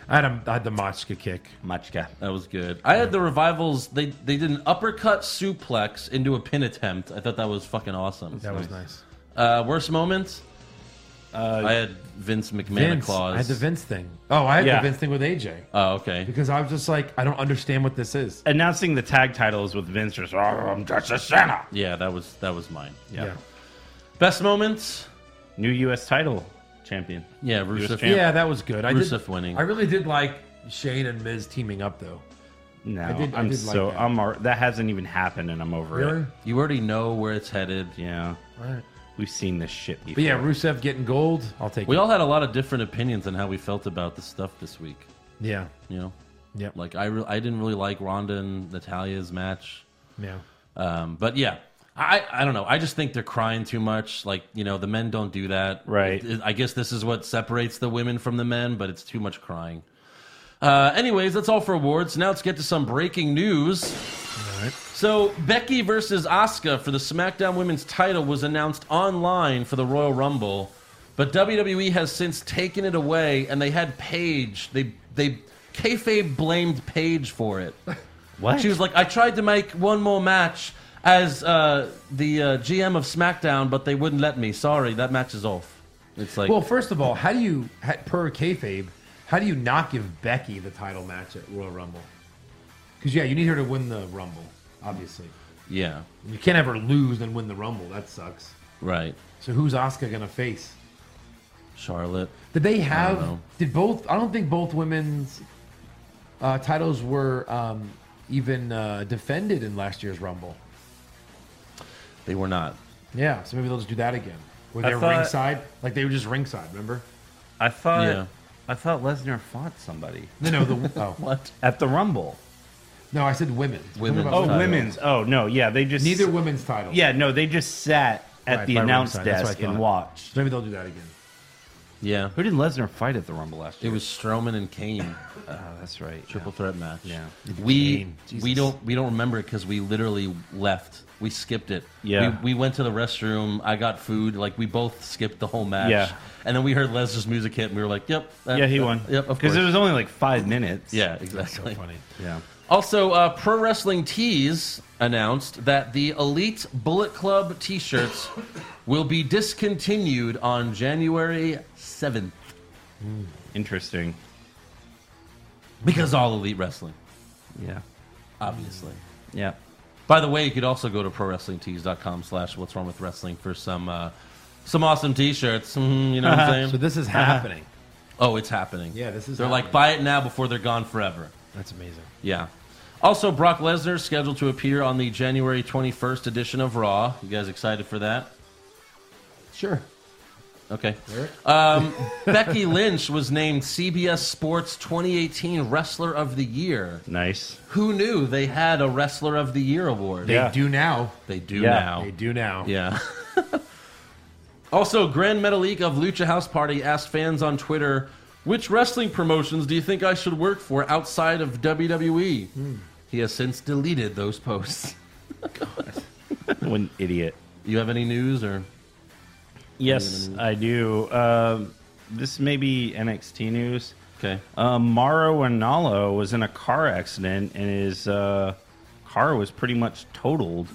I had, a, I had the Machka kick.
<laughs> Machka.
That was good. I had the revivals. They they did an uppercut suplex into a pin attempt. I thought that was fucking awesome.
That was nice.
Uh, worst moments? I had Vince McMahon
Vince,
claws.
I had the Vince thing. Oh, I had
Yeah.
the Vince thing with AJ
Oh,
<laughs>
okay.
because I was just like, I don't understand what this is.
announcing the tag titles with Vince just, oh, I'm just a Santa.
Yeah, that was that was mine.
Yeah.
Best moments?
New U.S. title champion.
Yeah, Rusev.
yeah,
Yeah.
that was good. I
Rusev
did,
winning.
I really did like Shane and Miz teaming up though.
No,
I
I
did- I
am
did like
so
that.
I'm al- that hasn't even happened, and I'm over it.
You already know where it's headed.
Yeah,
Right.
we've seen this shit before.
But yeah, Rusev getting gold. I'll take
We
it.
all had a lot of different opinions on how we felt about the stuff this week.
Yeah.
You know,
Yep.
like I re- I didn't really like Ronda and Natalia's match.
Yeah.
Um, but yeah, I I don't know. I just think they're crying too much. Like you know, the men don't do that.
Right.
It- I guess this is what separates the women from the men, but it's too much crying. Uh, anyways, that's all for awards. Now let's get to some breaking news. So Becky versus Asuka for the SmackDown Women's title was announced online for the Royal Rumble, but WWE has since taken it away, and they had Paige. They they kayfabe blamed Paige for it. What? She was like, I tried to make one more match as uh, the uh, GM of SmackDown, but they wouldn't let me. Sorry, that match is off. It's like,
Well, first of all, how do you, ha- per kayfabe, how do you not give Becky the title match at Royal Rumble? Because yeah, you need her to win the Rumble, obviously.
yeah,
You can't have her lose and win the Rumble. That sucks.
right.
So who's Asuka gonna face?
Charlotte.
Did
I
they
don't
have?
know.
Did both? I don't think both women's uh, titles were um, even uh, defended in last year's Rumble.
They were not.
Yeah, so maybe they'll just do that again. Where
I
they're
thought-
ringside, like they were just ringside.
<laughs>
Remember?
I thought
Yeah.
I thought Lesnar fought somebody
No, no, the, oh.
What?
at the Rumble.
no, I said women.
Women's
Talking
Oh,
about-
title.
women's. Oh no, yeah, they just
Neither women's title.
Yeah, no, they just sat at
Right,
the
by
announce
ringside, that's what I
desk and
thought.
watched.
So maybe they'll do that again.
Yeah.
Who did Lesnar fight at the Rumble last
It
year?
was Strowman and Kane.
oh, that's right.
triple threat match.
Yeah.
we
Kane.
we
Jesus.
don't we don't remember it because we literally left. We skipped it.
Yeah.
we, we went to the restroom. I got food. Like we both skipped the whole match.
Yeah.
and then we heard Lesnar's music hit, and we were like, "Yep, that-
Yeah, he
that-
won.
Yep, of
because
course.
it was only like five minutes.
yeah, exactly.
yeah.
Also, uh, Pro Wrestling Tees announced that the Elite Bullet Club T-shirts will be discontinued on January seventh
Interesting.
because all Elite Wrestling,
Yeah,
obviously.
yeah.
By the way, you could also go to prowrestlingtees.com slash what's wrong with wrestling for some uh, some awesome t-shirts. Mhm, you know what I'm
Uh-huh. Uh, So
saying?
this is happening.
Oh, it's happening.
Yeah, this is
They're like
happening.
buy it now before they're gone forever.
That's amazing.
Yeah. Also, Brock Lesnar is scheduled to appear on the January 21st edition of Raw. You guys excited for that?
Sure.
Okay. Um, <laughs> Becky Lynch was named CBS Sports 2018 Wrestler of the Year.
Nice.
Who knew they had a Wrestler of the Year award?
They
Yeah.
do now.
They do
Yeah.
now.
They do now.
Yeah. <laughs> also, Grand Metalik of Lucha House Party asked fans on Twitter, which wrestling promotions do you think I should work for outside of WWE?
Hmm.
He has since deleted those posts. <laughs>
What an idiot.
You have any news or
Yes, I do. Um this may be NXT news.
okay?
Um, Maro Analo was in a car accident, and his uh, car was pretty much totaled.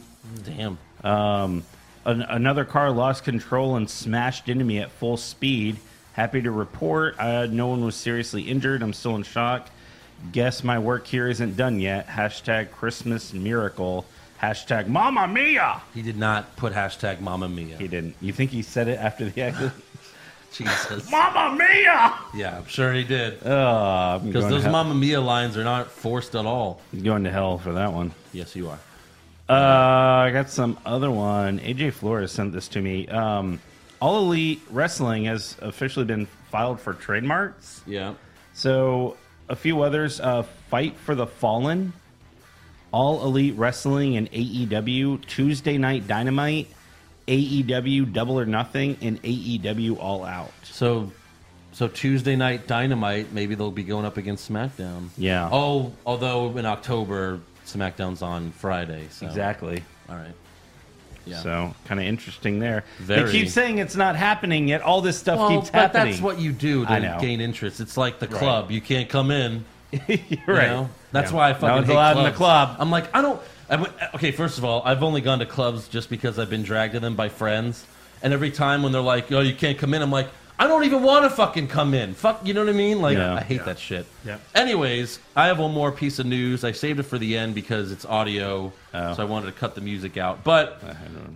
Damn. Uh,
Um, an- another car lost control and smashed into me at full speed. Happy to report, uh, no one was seriously injured. I'm still in shock. Guess my work here isn't done yet. Hashtag Christmas miracle. Hashtag Mama Mia.
He did not put hashtag Mamma Mia.
He didn't. You think he said it after the accident? <laughs>
Jesus.
Mama Mia.
yeah, I'm sure he did.
Uh, I'm
Because
going,
those
to hell,
Mamma Mia lines are not forced at all.
going to hell for that one.
Yes, you are.
Uh, I got some other one. AJ Flores sent this to me. Um, All Elite Wrestling has officially been filed for trademarks.
Yeah.
So a few others: uh, Fight for the Fallen, All Elite Wrestling, and AEW Tuesday Night Dynamite, AEW Double or Nothing, and AEW All Out.
So, so Tuesday night Dynamite. Maybe they'll be going up against SmackDown.
Yeah.
Oh, although in October SmackDown's on Friday. So.
Exactly.
All right. Yeah.
So kind of interesting there.
Very.
They keep saying it's not happening yet. All this stuff
well,
keeps
but
happening.
that's what you do
I
to
know.
gain interest. It's like the club. You can't come
<laughs>
in.
You're
You
right.
know? That's
Yeah.
why I
No
fucking
one's
hate
allowed in the
clubs.
club.
I'm like, I don't. I went, okay, first of all, I've only gone to clubs just because I've been dragged to them by friends. And every time when they're like, "Oh, you can't come in," I'm like, "I don't even want to fucking come in." Fuck, you know what I mean? Like,
Yeah.
I hate that shit.
Yeah.
Anyways, I have one more piece of news. I saved it for the end because it's audio,
Oh.
so I wanted to cut the music out. But,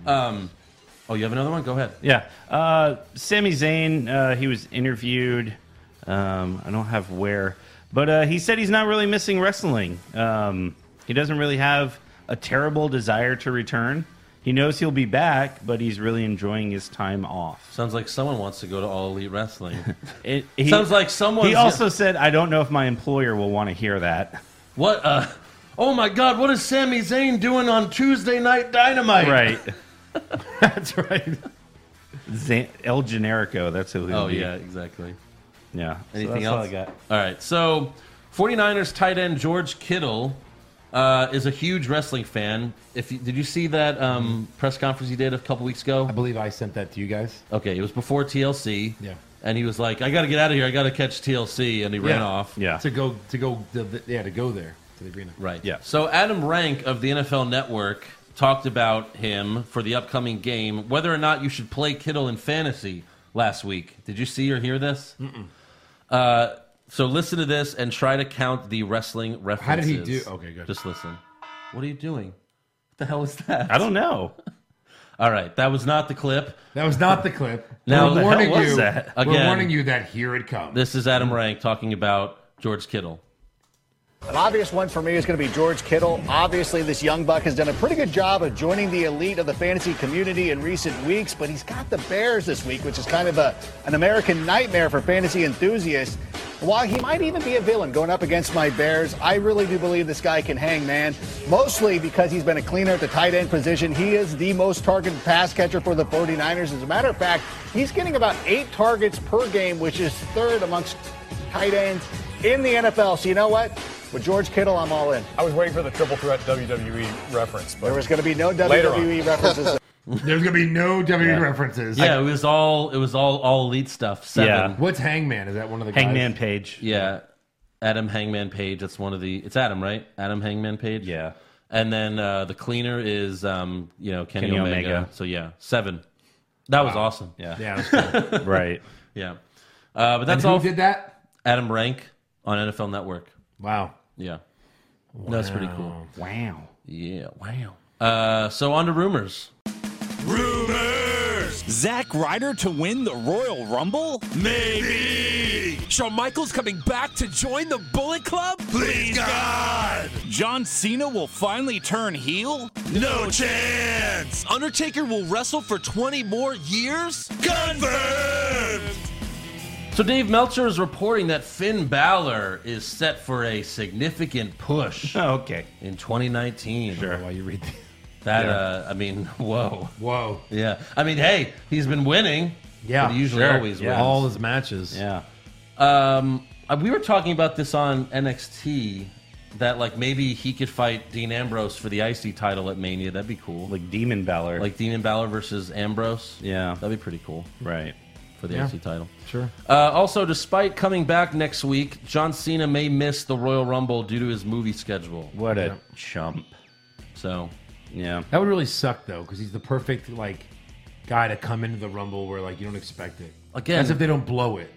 um, oh, you have another one? Go ahead.
Yeah. Uh, Sami Zayn, uh, he was interviewed. Um, I don't have where, but uh, he said he's not really missing wrestling. Um, he doesn't really have a terrible desire to return. He He knows he'll be back, but he's really enjoying his time off.
Sounds like someone wants to go to All Elite Wrestling.
It, he,
Sounds like someone.
he also said, "I don't know if my employer will want to hear that."
what? Uh, oh my God! What is Sami Zayn doing on Tuesday Night Dynamite?
<laughs> Right,
That's right.
Zan- El Generico. That's who. He'll
Oh
be.
yeah, exactly.
yeah. So
Anything
that's
else?
All I got.
All right. So, 49ers tight end George Kittle uh, is a huge wrestling fan. If you, did you see that um, press conference he did a couple weeks ago?
I believe I sent that to you guys.
Okay, it was before TLC.
Yeah.
And he was like, "I got to get out of here. I got to catch TLC," and he ran
Yeah.
off.
Yeah.
To go to go to the, yeah to go there to the arena.
Right.
Yeah.
So Adam Rank of the NFL Network talked about him for the upcoming game, whether or not you should play Kittle in fantasy last week. Did you see or hear this? Mm-mm. Uh, so listen to this and try to count the wrestling references.
did he do- okay, good.
Just listen. What are you doing? What the hell is that?
I don't know.
All right, that was not the clip.
That was not
<laughs>
the clip.
Now-
we're
What the
warning
hell was
you.
that?
We're
Again.
warning you that here it comes.
This is Adam Rank talking about George Kittle.
An obvious one for me is going to be George Kittle. Obviously, this young buck has done a pretty good job of joining the elite of the fantasy community in recent weeks, but he's got the Bears this week, which is kind of a, an American nightmare for fantasy enthusiasts. While he might even be a villain going up against my Bears, I really do believe this guy can hang, man. Mostly because he's been a cleaner at the tight end position. He is the most targeted pass catcher for the 49ers. As a matter of fact, he's getting about eight targets per game, which is third amongst tight ends in the NFL. So you know what? With George Kittle, I'm all in.
I was waiting for the triple threat WWE reference, but
There was going to be no
Later on.
WWE references.
There's gonna be no WWE references.
<laughs> Yeah, it was all it was all all elite stuff. Seven.
Yeah.
What's Hangman? Is that one of the
Hangman
Guys?
Page.
Yeah. Adam Hangman Page. That's one of the. It's Adam, right? Adam Hangman Page.
<laughs> Yeah.
And then uh, the cleaner is, um, you know, Kenny,
Kenny
Omega.
Omega.
So yeah, seven. That was awesome. Yeah.
Yeah.
<laughs>
That's cool.
Right.
Yeah. Uh, but
and
that's
who
all.
did that?
Adam Rank on NFL Network.
Wow.
Yeah. That's pretty cool.
Wow.
Yeah. Wow. Uh, so on to rumors.
Zack Ryder to win the Royal Rumble? Maybe. Shawn Michaels coming back to join the Bullet Club? Please, God. John Cena will finally turn heel? No chance. Undertaker will wrestle for 20 more years? Confirmed.
So Dave Meltzer is reporting that Finn Balor is set for a significant <laughs> push
Okay.
in 2019.
Why you read? the-
That uh, I mean, <laughs> whoa.
Whoa.
Yeah. I mean, hey, he's been winning. But he usually
sure.
always
Yeah. all his matches.
Yeah.
Um, uh, we were talking about this on NXT that like maybe he could fight Dean Ambrose for the IC title at Mania. That'd be cool. Like,
Like Demon Balor.
like Dean and Balor versus Ambrose.
Yeah.
That'd be pretty cool
Right.
for the
Yeah.
IC title.
Sure.
Uh, also, despite coming back next week, John Cena may miss the Royal Rumble due to his movie schedule.
What a chump.
So,
Yeah.
That would really suck though, because he's the perfect like guy to come into the Rumble where like you don't expect it.
Again-
as if they don't blow it.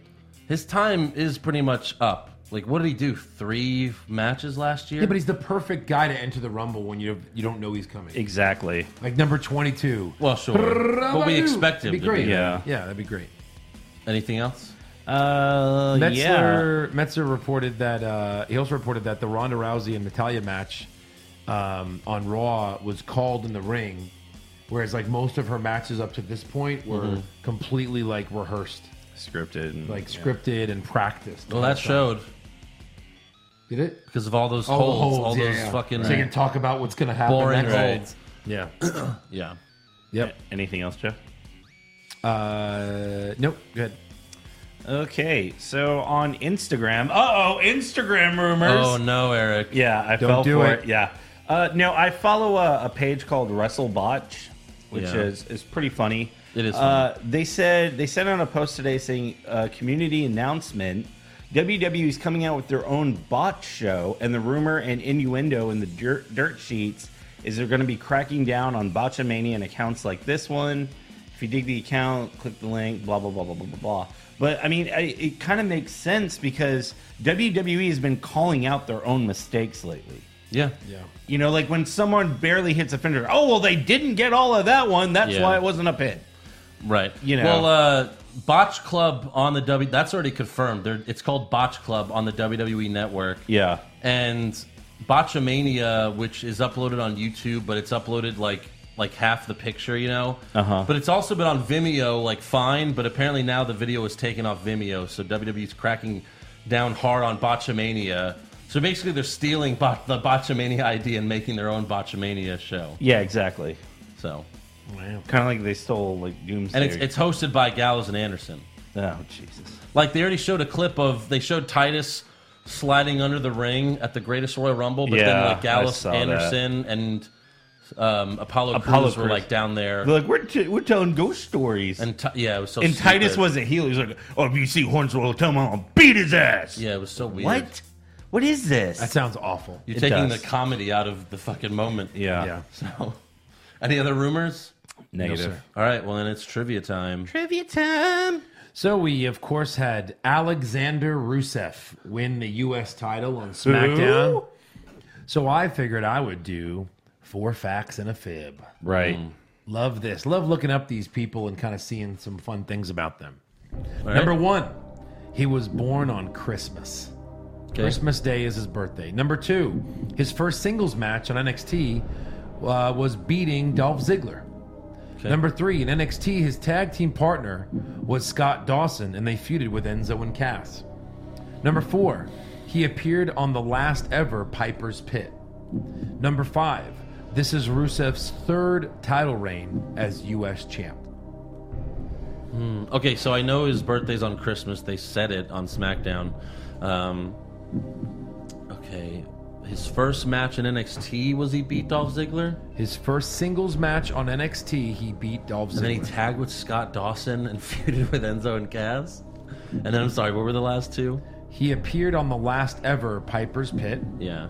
his time is pretty much up. Like, what did he do? Three matches last year?
Yeah, but he's the perfect guy to enter the Rumble when you you don't know he's coming.
Exactly.
Like number twenty-two.
Well, sure. but we expect him to
That'd be great.
be.
Yeah.
yeah, that'd be great.
Anything else?
Uh, yeah.
Metzler, Metzler reported that uh, he also reported that the Ronda Rousey and Natalya match um, on Raw was called in the ring, whereas like most of her matches up to this point were
Mm-hmm.
completely like rehearsed,
Scripted. And,
like scripted and practiced.
Well, that showed
did it.
because of all those
All
holds,
the holds,
all
yeah,
those
Oh, yeah.
fucking
so you can talk about what's gonna happen.
boring
next.
holds.
Yeah.
Yeah.
yep.
Anything else, Jeff?
Uh, nope. Good.
Okay. So on Instagram. Uh oh. Instagram rumors.
Oh no, Eric.
Yeah, I
Don't
fell
do
for
it.
it. Yeah. Uh, no, I follow a, a page called WrestleBotch, which
Yeah.
is is pretty funny.
It is
Uh, they said they sent out a post today saying uh, community announcement. WWE is coming out with their own bot show, and the rumor and innuendo in the dirt, dirt sheets is they're going to be cracking down on botchamania and accounts like this one. If you dig the account, click the link, blah, blah, blah, blah, blah, blah, blah. But I mean, I, it kind of makes sense because WWE has been calling out their own mistakes lately.
Yeah.
Yeah.
You know, like when someone barely hits a fender, oh, well, they didn't get all of that one. That's
Yeah.
why it wasn't a pin.
Right.
You know.
Well, uh, Botch Club on the W. That's already confirmed. They're, it's called Botch Club on the WWE Network.
Yeah.
And Botchamania, which is uploaded on YouTube, but it's uploaded like like half the picture, you know.
Uh-huh.
But it's also been on Vimeo, like fine. But apparently now the video is taken off Vimeo, so WWE's cracking down hard on Botchamania. So basically, they're stealing bot- the Botchamania <laughs> idea and making their own Botchamania show.
Yeah, exactly.
So,
Kind of like they stole like Doomsday.
and it's it's hosted by Gallows and Anderson.
oh Jesus.
Like they already showed a clip of they showed Titus sliding under the ring at the Greatest Royal Rumble, but then
Yeah,
like
I
Gallus
saw that.
Anderson and um, Apollo,
Apollo
Crews were
Crews.
like down there,
They're like we're t- we're telling ghost stories. And,
and Ti- yeah, it was so.
Titus
stupid.
was a heel. He's like, oh, if you see Hornswoggle, tell him I'll beat his ass.
yeah, it was so weird.
What? What is this?
That sounds awful.
You're
It
taking
does.
the comedy out of the fucking moment.
yeah.
Yeah.
<laughs> So, any other rumors?
Negative.
All right, well then it's trivia time.
Trivia time.
So we of course had Alexander Rusev win the U.S. title on SmackDown.
Ooh.
So I figured I would do four facts and a fib.
Right.
Mm.
Love this. Love looking up these people and kind of seeing some fun things about them.
All
Number
right?
one, he was born on Christmas.
Okay.
Christmas Day is his birthday. Number two, his first singles match on NXT uh, was beating Dolph Ziggler.
Okay.
Number three, in NXT, his tag team partner was Scott Dawson, and they feuded with Enzo and Cass. Number four, he appeared on the last ever Piper's Pit. Number five, this is Rusev's third title reign as U.S. champ.
Okay, so I know his birthday's on Christmas. They said it on SmackDown. Um, okay, his first match in NXT was he beat Dolph Ziggler,
His first singles match on NXT, he beat Dolph
and then he
Ziggler.
tagged with Scott Dawson and <laughs> feuded with Enzo and Cass. And then I'm sorry, what were the last two?
He appeared on the last ever Piper's Pit,
Yeah.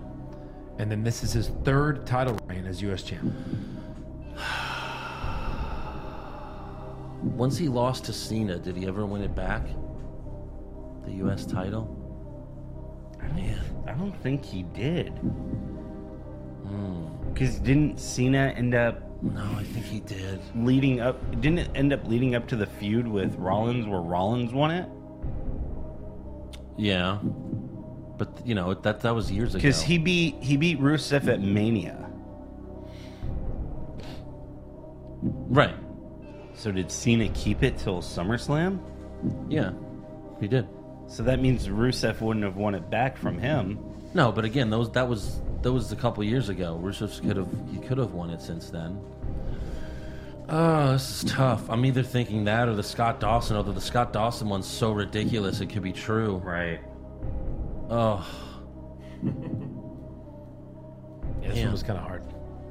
and then this is his third title reign as U.S. champ.
Once he lost to Cena, did he ever win it back? The U.S. title. Man,
I don't think he did.
Hmm.
Because didn't Cena end up
no, I think he did.
leading up? Didn't it end up leading up to the feud with Rollins, where Rollins won it?
Yeah, but you know that that was years ago.
Because he beat he beat Rusev at Mania.
right.
So did Cena keep it till SummerSlam?
Yeah, he did.
So that means Rusev wouldn't have won it back from him.
No, but again, those that was that was a couple years ago. Rusev could have he could have won it since then. Oh, this is tough. I'm either thinking that or the Scott Dawson, although the Scott Dawson one's so ridiculous it could be true.
Right.
Oh,
Yeah, this
Yeah.
one was kind of hard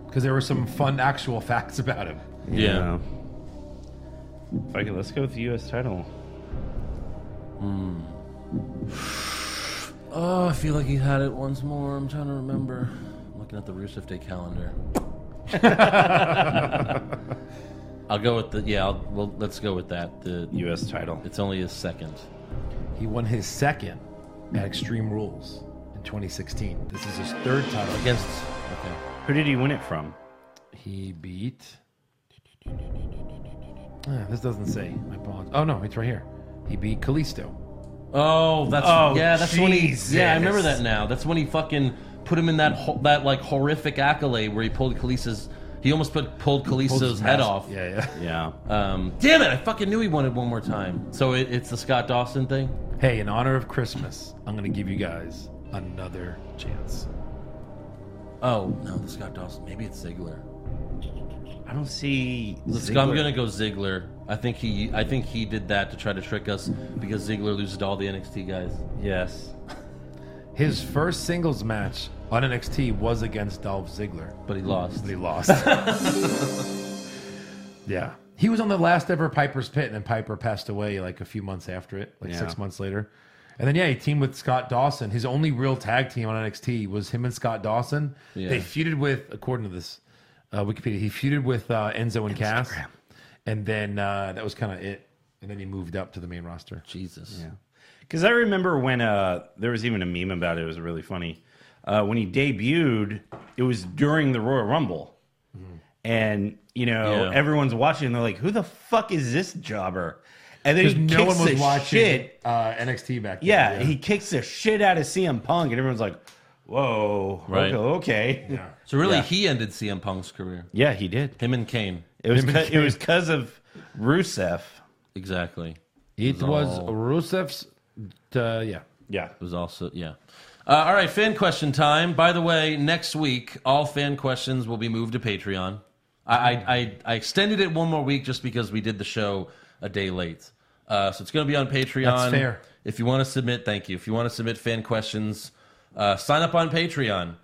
because there were some fun actual <laughs> facts about him.
yeah.
If I could, let's go with the U.S. title.
Oh, I feel like he had it once more. I'm trying to remember. I'm looking at the Rusev Day calendar. <laughs> I'll go with the yeah. I'll, well, let's go with that. The
U.S. title.
it's only his second.
He won his second at Extreme Rules in 2016. This is his third title.
Against okay.
Who did he win it from?
He beat. Ah, this doesn't say. I apologize. Oh no, it's right here. He beat Kalisto.
Oh, that's
Oh,
yeah. That's when he. Yeah, I remember
Jesus.
that now. That's when he fucking put him in that ho- that like horrific accolade where he pulled Kalisa's. He almost put pulled Kalisa's head off.
Yeah, yeah.
Yeah.
Um, damn it! I fucking knew he wanted one more time. So it, it's the Scott Dawson thing.
Hey, in honor of Christmas, I'm gonna give you guys another chance.
Oh no, the Scott Dawson. Maybe it's Ziggler.
I don't see.
Let's go- I'm gonna go Ziggler. I think he. I think he did that to try to trick us because Ziggler loses to all the NXT guys.
Yes.
His first singles match on NXT was against Dolph Ziggler,
Mm-hmm. But he lost.
but he lost. <laughs> yeah. He was on the last ever Piper's Pit, and then Piper passed away like a few months after it, like
Yeah.
six months later. And then, yeah, he teamed with Scott Dawson. His only real tag team on NXT was him and Scott Dawson.
Yeah.
They feuded with, according to this uh, Wikipedia, he feuded with uh, Enzo and Cass. And then uh, that was kind of it. And then he moved up to the main roster.
Jesus.
Because I remember when uh, there was even a meme about it. It was really funny. Uh, when he debuted, it was during the Royal Rumble. And, you know,
Yeah.
everyone's watching. And they're like, who the fuck is this jobber? And then he
Because no
kicks
one was
the
watching
shit.
uh, NXT back then.
Yeah, he kicks the shit out of CM Punk. And everyone's like, whoa,
Right.
okay, okay. Yeah, <laughs>
So really,
Yeah.
he ended CM Punk's career.
he did.
Him and Kane.
It was cu- it was because of Rusev.
Exactly.
It was
all-
Rusev's. Uh, yeah.
Yeah,
It was also yeah. Uh, all right, fan question time. By the way, next week all fan questions will be moved to Patreon. I I, I, I extended it one more week just because we did the show a day late. Uh, so it's going to be on Patreon.
That's fair.
If you want to submit, thank you. If you want to submit fan questions, uh, sign up on Patreon,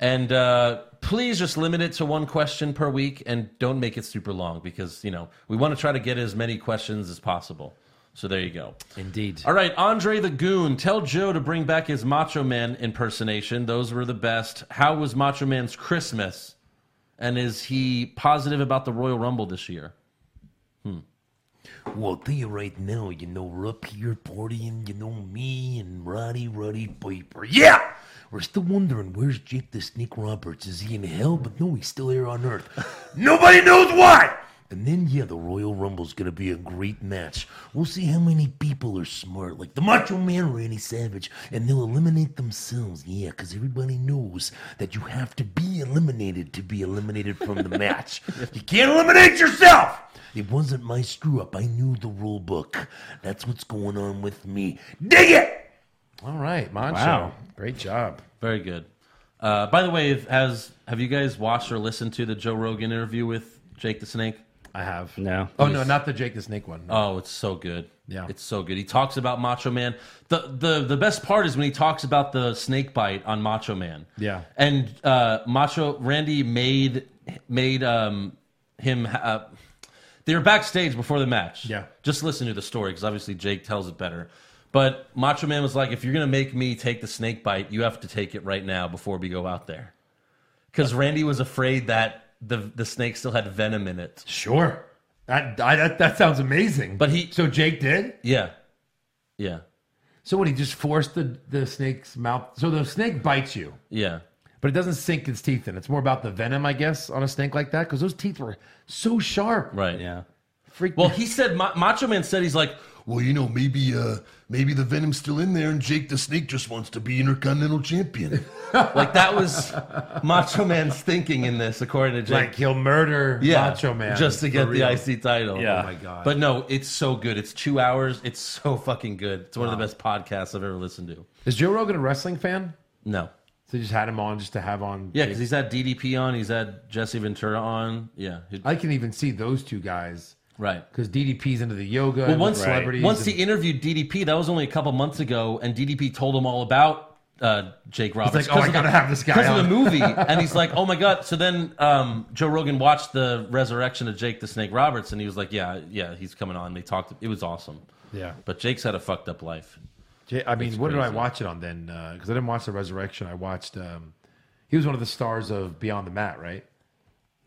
and uh, please just limit it to one question per week, and don't make it super long because you know we want to try to get as many questions as possible. So there you go.
Indeed.
All right, Andre the Goon, tell Joe to bring back his Macho Man impersonation. Those were the best. How was Macho Man's Christmas? And is he positive about the Royal Rumble this year?
Well, tell you right now, you know, we're up here partying, you know, me and Roddy Roddy Piper. Yeah! We're still wondering where's Jake the Snake Roberts? Is he in hell? But no, he's still here on Earth. Nobody knows why! And then, yeah, the Royal Rumble's gonna be a great match. We'll see how many people are smart, like the Macho Man Randy Savage, and they'll eliminate themselves. Yeah, because everybody knows that you have to be eliminated to be eliminated from the match. you can't eliminate yourself! It wasn't my screw up. I knew the rule book. That's what's going on with me. Dig it!
All right, Mancho.
Wow.
Great job.
Very good. Uh, by the way, if- has have you guys watched or listened to the Joe Rogan interview with Jake the Snake?
I have.
no,
Oh no, not the Jake the Snake one.
Oh, it's so good.
Yeah.
it's so good. He talks about Macho Man. the the The best part is when he talks about the snake bite on Macho Man.
Yeah.
and uh, Macho Randy made made um, him. Uh, they were backstage before the match.
Yeah.
just listen to the story because obviously Jake tells it better. But Macho Man was like, "If you're gonna make me take the snake bite, you have to take it right now before we go out there," because Randy was afraid that the the snake still had venom in it.
Sure. That, I, that that sounds amazing.
But he-
so Jake did.
Yeah, yeah,
So what? He just forced the the snake's mouth. So the snake bites you,
yeah.
but it doesn't sink its teeth in. It's more about the venom, I guess, on a snake like that because those teeth were so sharp.
Right.
yeah.
Freak.
Well, he said Ma- Macho Man said he's like,
Well, you know, maybe uh maybe the venom's still in there and Jake the Snake just wants to be intercontinental
<laughs>
champion.
like that was Macho Man's thinking in this, according to Jake.
like he'll murder Macho Man
just to
for
get the
real.
IC title.
Oh
Yeah.
my god.
But no, it's so good. It's two hours. It's so fucking good. It's one of the best podcasts I've ever listened to.
is Joe Rogan a wrestling fan?
No.
So he just had him on just to have on.
Yeah, because he's had DDP on. He's had Jesse Ventura on. Yeah. he-
I can even see those two guys
right.
because DDP's into the yoga. and
Well,
with
once,
celebrities
once he
and-
interviewed DDP, that was only a couple months ago, and DDP told him all about uh, Jake Roberts.
like, "Oh, I gotta have this guy
Because of
on."
the movie.
<laughs>
and he's like, oh my God. So then um, Joe Rogan watched the resurrection of Jake the Snake Roberts, and he was like, yeah, yeah, he's coming on. They talked. It was awesome.
yeah.
But Jake's had a fucked up life.
J- I mean, what did I
crazy.
watch it on then? Because I didn't watch the Resurrection. I watched. Um, he was one of the stars of Beyond the Mat, right?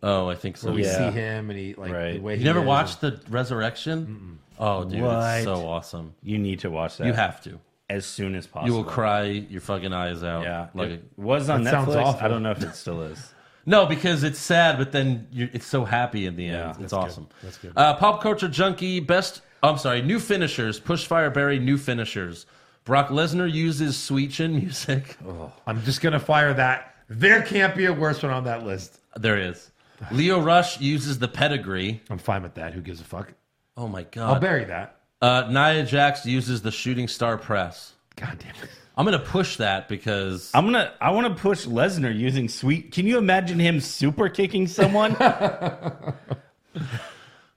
Oh, I think so.
We
Yeah.
see him, and he like the
Right.
way
You
he
never
is.
watched the resurrection? Oh, dude,
What?
it's so awesome.
You need to watch that.
You have to.
as soon as possible.
You will cry your fucking eyes out.
Yeah,
Like,
it was on
That sounds
Netflix.
awful.
I don't know if it still is.
No, because it's sad, but then you're, it's so happy in the end.
Yeah,
it's
that's
awesome. That's good. Uh, Pop culture junkie, best. oh, I'm sorry, new finishers. Push Fire Barry, new finishers. Brock Lesnar uses sweet chin music.
I'm just gonna fire that. There can't be a worse one on that list.
<laughs> There is. Leo Rush uses the pedigree.
I'm fine with that. Who gives a fuck?
Oh my
I'll
god.
bury that.
Uh, Nia Jax uses the shooting star press.
God damn it. <laughs>
I'm gonna push that because
<laughs> I'm gonna. I want to push Lesnar using sweet. Can you imagine him super kicking <laughs> someone?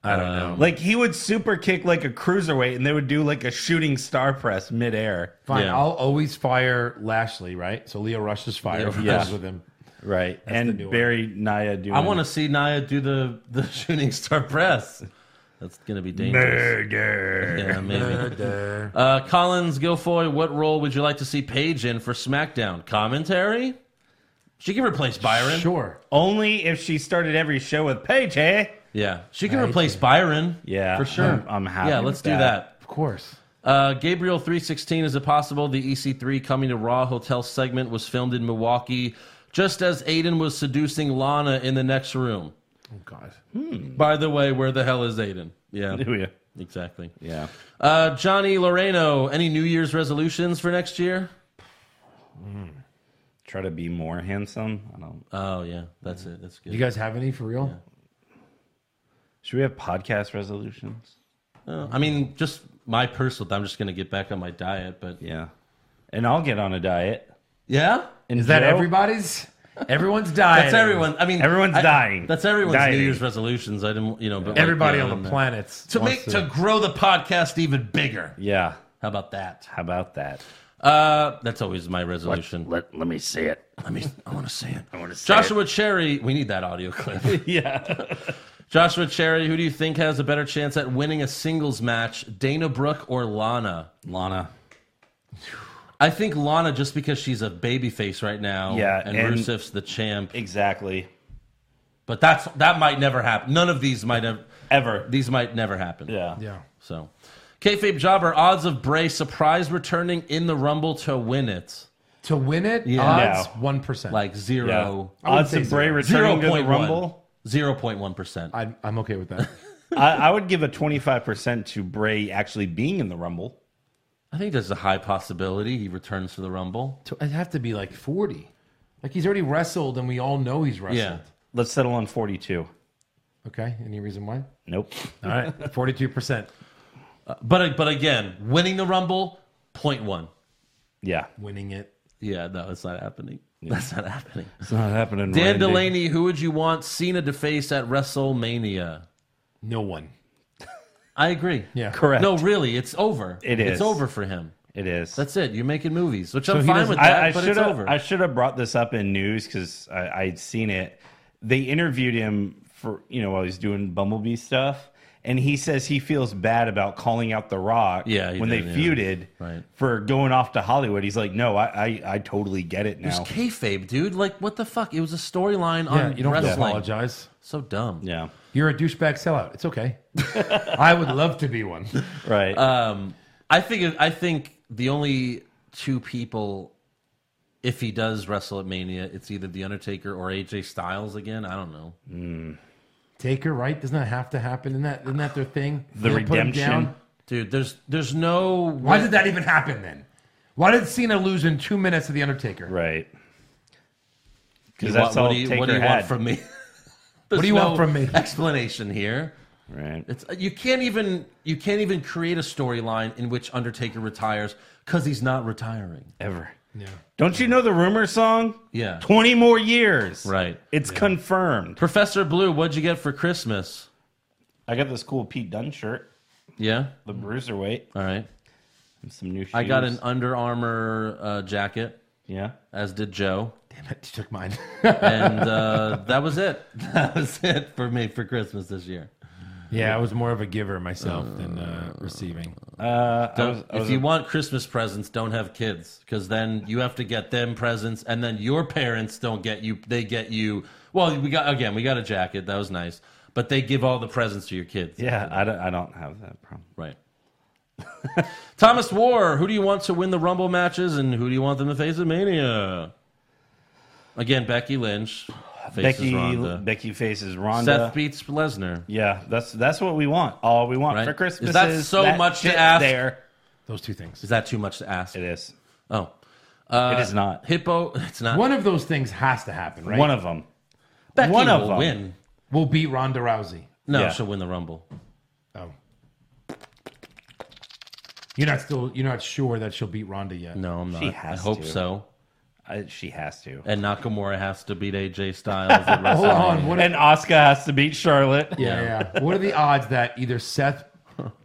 I don't know.
like he would super kick like a cruiserweight, and they would do like a shooting star press midair.
Fine.
yeah.
I'll always fire Lashley, right? So Leo Rush is fired.
Leo
He
Rush.
goes with him.
Right,
new
and
one.
Barry Naya doing.
I want to see Naya do the the <laughs> shooting star press. That's gonna be dangerous. Yeah, maybe. Uh, Collins Guilfoy, what role would you like to see Paige in for SmackDown? Commentary? She can replace Byron.
Sure.
only if she started every show with Paige. Hey,
Yeah, she can replace Byron.
yeah,
for sure.
I'm, I'm happy.
yeah,
with
let's do that.
Of course.
Uh, Gabriel three sixteen. Is it possible the EC3 coming to Raw hotel segment was filmed in Milwaukee, just as Aiden was seducing Lana in the next room?
Oh God.
By the way, where the hell is Aiden? Yeah,
Do you?
exactly.
<laughs> Yeah.
Uh, Johnny Loreno, any New Year's resolutions for next year?
Try to be more handsome. I don't.
Oh yeah, that's it. That's good.
You guys have any for real?
Should we have podcast resolutions?
Uh, I mean, just my personal. I'm just gonna get back on my diet, but
yeah, and I'll get on a diet.
Yeah,
and
Is that
Joe-
everybody's? Everyone's dying.
That's everyone. I mean,
Everyone's
I-
dying.
That's everyone's
Dieting.
New Year's resolutions. I didn't, you know, but like,
Everybody
yeah,
on
and,
the
uh,
planet.
to
wants
make to grow the podcast even bigger.
Yeah.
How about that?
How about that?
Uh, that's always my resolution.
Let, let me see it.
I mean, I want to say it.
I want to see
Joshua Cherry, we need that audio clip.
Yeah.
<laughs> Joshua Cherry, who do you think has a better chance at winning a singles match, Dana Brooke or Lana?
Lana.
I think Lana, just because she's a babyface right now,
Yeah,
and,
and-
Rusev's the champ.
Exactly.
But that's that might never happen. None of these might have.
Ever.
These might never happen.
Yeah.
it. Yeah.
So, kayfabe jobber, odds of Bray surprise returning in the Rumble to win it,
To win it,
Yeah.
odds
No.
one percent.
like zero,
I would
Odds
say
of Bray
zero.
returning
zero
to the
point one,
Rumble.
zero point one percent.
I'm, I'm okay with that. <laughs>
I, I would give a 25% to Bray actually being in the Rumble.
I think there's a high possibility he returns to the Rumble.
So I'd have to be like forty. Like he's already wrestled, and we all know he's wrestled.
Yeah.
Let's settle on 42.
Okay. Any reason why?
Nope.
<laughs>
All right. Forty-two percent
But uh, but again, winning the Rumble, point one.
Yeah.
winning it.
Yeah, no, it's not happening. That's not happening.
It's not happening.
Dan Delaney, who would you want Cena to face at WrestleMania?
No one.
I agree.
Yeah.
Correct.
No, really, it's over.
It is.
It's over for him.
It is.
That's it. You're making movies, which I'm
he
fine
doesn't-
with that,
I, I
but
should
it's
have
over.
I should have brought this up in news because I'd seen it. They interviewed him for you know while he's doing Bumblebee stuff, and he says he feels bad about calling out The Rock.
Yeah, he
when
did,
they
yeah.
feuded
Right.
for going off to Hollywood, he's like, no, I I, I totally get it
It was
now.
kayfabe, dude. Like, what the fuck? It was a storyline
Yeah.
on
You don't have to
wrestling.
apologize.
So dumb.
Yeah,
You're a douchebag sellout. It's okay. <laughs> I would love to be one.
right.
Uh, I think. I think the only two people, if he does wrestle at Mania, it's either The Undertaker or AJ Styles again. I don't know.
Taker, right? Doesn't that have to happen? Isn't that, isn't that their thing? They
the
put him
redemption.
down?
Dude, there's there's no.
Why did that even happen then? Why did Cena lose in two minutes to The Undertaker?
Right. Because
What-
that's
what
all
do you,
Taker
what do you
had.
want
<laughs>
from me? <laughs> what
do you want from me? <laughs>
Explanation here.
Right.
It's you can't even you can't even create a storyline in which Undertaker retires because he's not retiring.
Ever. Don't you know the rumor song?
Yeah.
Twenty more years.
Right.
It's confirmed.
Professor Blue, what'd you get for Christmas?
I got this cool Pete Dunne shirt,
Yeah.
the Bruiserweight,
All right.
and some new shoes.
I got an Under Armour uh, jacket,
yeah.
as did Joe,
Damn it, you took mine.
and uh, that was it. <laughs> That was it for me for Christmas this year.
<laughs> yeah, I was more of a giver myself than uh, receiving.
Uh, I
Don't-
was, I was
if you want Christmas presents, don't have kids because then you have to get them presents, and then your parents don't get you. They get you. Well, we got again. We got a jacket that was nice, but they give all the presents to your kids.
yeah, I don't, I don't have that problem.
Right. <laughs> Thomas War, who do you want to win the Rumble matches, and who do you want them to face at Mania? Again, Becky Lynch faces
Becky
Ronda.
Becky faces Ronda.
Seth beats Lesnar.
yeah, that's that's what we want. All we want
Right.
for Christmas
Is that so
that
much to
shit
ask?
There,
Those two things.
Is that too much to ask?
it is.
Oh,
Uh,
it is not
Hippo. It's not.
One of those things has to happen, right?
one of them.
Becky
one of
will
them.
win.
We'll beat Ronda Rousey.
No,
Yeah.
she'll win the Rumble.
Oh. You're not still you're not sure that she'll beat Ronda yet.
No, I'm not.
She has
I hope
to.
so.
I, she has to.
And Nakamura has to beat AJ Styles.
<laughs>
At
Hold on.
WrestleMania.
What
And Oscar has to beat Charlotte.
yeah, yeah, yeah. What are the odds that either Seth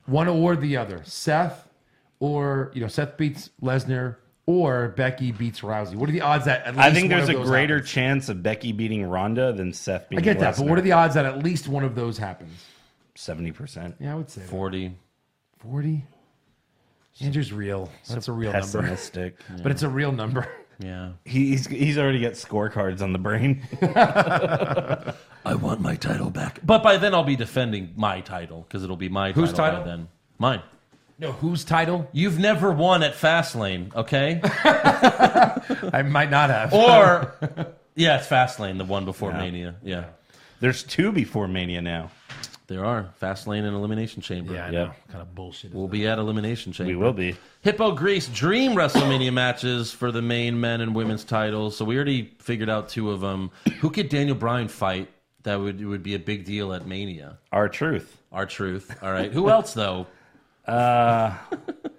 one or the other? Seth or you know, Seth beats Lesnar or Becky beats Rousey. What are the odds that at least
I think
one
there's
of
a
those
greater
happens?
chance of Becky beating Ronda than Seth beating.
I get that, but what are the odds that at least one of those happens?
seventy percent?
Yeah, I would say that.
Forty.
forty. Andrew's real. That's a real number. <laughs>
Pessimistic.
But it's a real number.
Yeah.
He- he's he's already got scorecards on
<laughs>
the brain.
I want my title back. But by then I'll be defending my title because it'll be my
Whose
title,
title?
by then. Mine.
<laughs> No, whose title?
You've never won at Fastlane, okay? <laughs>
I might not have.
Or yeah, it's Fastlane, the one before Mania. Yeah.
There's two before Mania now.
There are fast lane and elimination chamber.
Yeah, I know. What kind of bullshit. is
We'll be at elimination chamber.
We will be.
Hippo Grease Dream WrestleMania matches for the main men and women's titles. So we already figured out two of them. Who could Daniel Bryan fight? That would it would be a big deal at Mania.
Our truth.
Our truth. All right. Who else though?
Uh,
<laughs>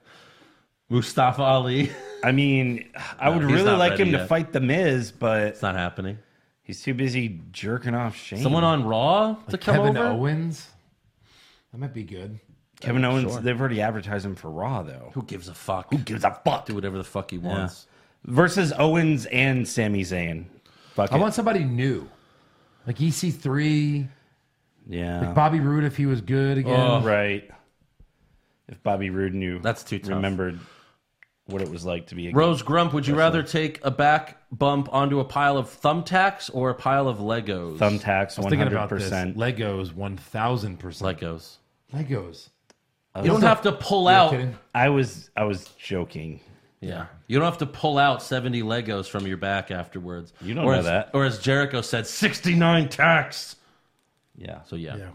Mustafa Ali.
I mean, I
No,
would
he's
really
not
like
ready
him to
yet.
fight the Miz, but
It's not happening.
he's too busy jerking off Shane.
Someone on Raw to
Like
come
Kevin
over.
Owens. That might be good.
Kevin Owens.
Sure.
They've already advertised him for Raw though.
Who gives a fuck? Who
gives a fuck?
Do whatever the fuck he wants.
Versus Owens and Sami Zayn. Fuck
I
it.
want somebody new, like EC3,
yeah. Oh.
Bobby Roode if he was good again.
right. If Bobby Roode knew,
That's too tough.
Remembered what it was like to be a
Rose Grump, would you rather take a back bump onto a pile of thumbtacks or a pile of Legos?
thumbtacks. One
Thinking
hundred
about this,
percent.
Legos one thousand percent.
Legos.
Legos.
You don't have to pull out.
Kidding?
I was I was joking.
Yeah. You don't have to pull out 70 Legos from your back afterwards.
You don't
or
know
as,
that.
Or as Jericho said, 69 tacks.
Yeah.
So, yeah.
Yeah.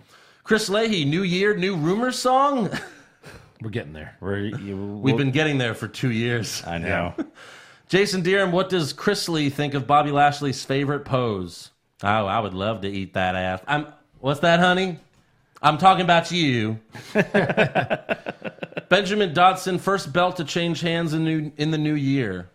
Chris Leahy, New Year, New Rumor song? <laughs>
We're getting there.
We're, you,
We've been getting there for two
<laughs>
years.
I know.
Jason Deerham, what does Chris Lee think of Bobby Lashley's favorite pose? Oh, I would love to eat that ass. I'm. What's that, honey? I'm talking about
<laughs>
you. Benjamin Dotson, first belt to change hands in new in the new year.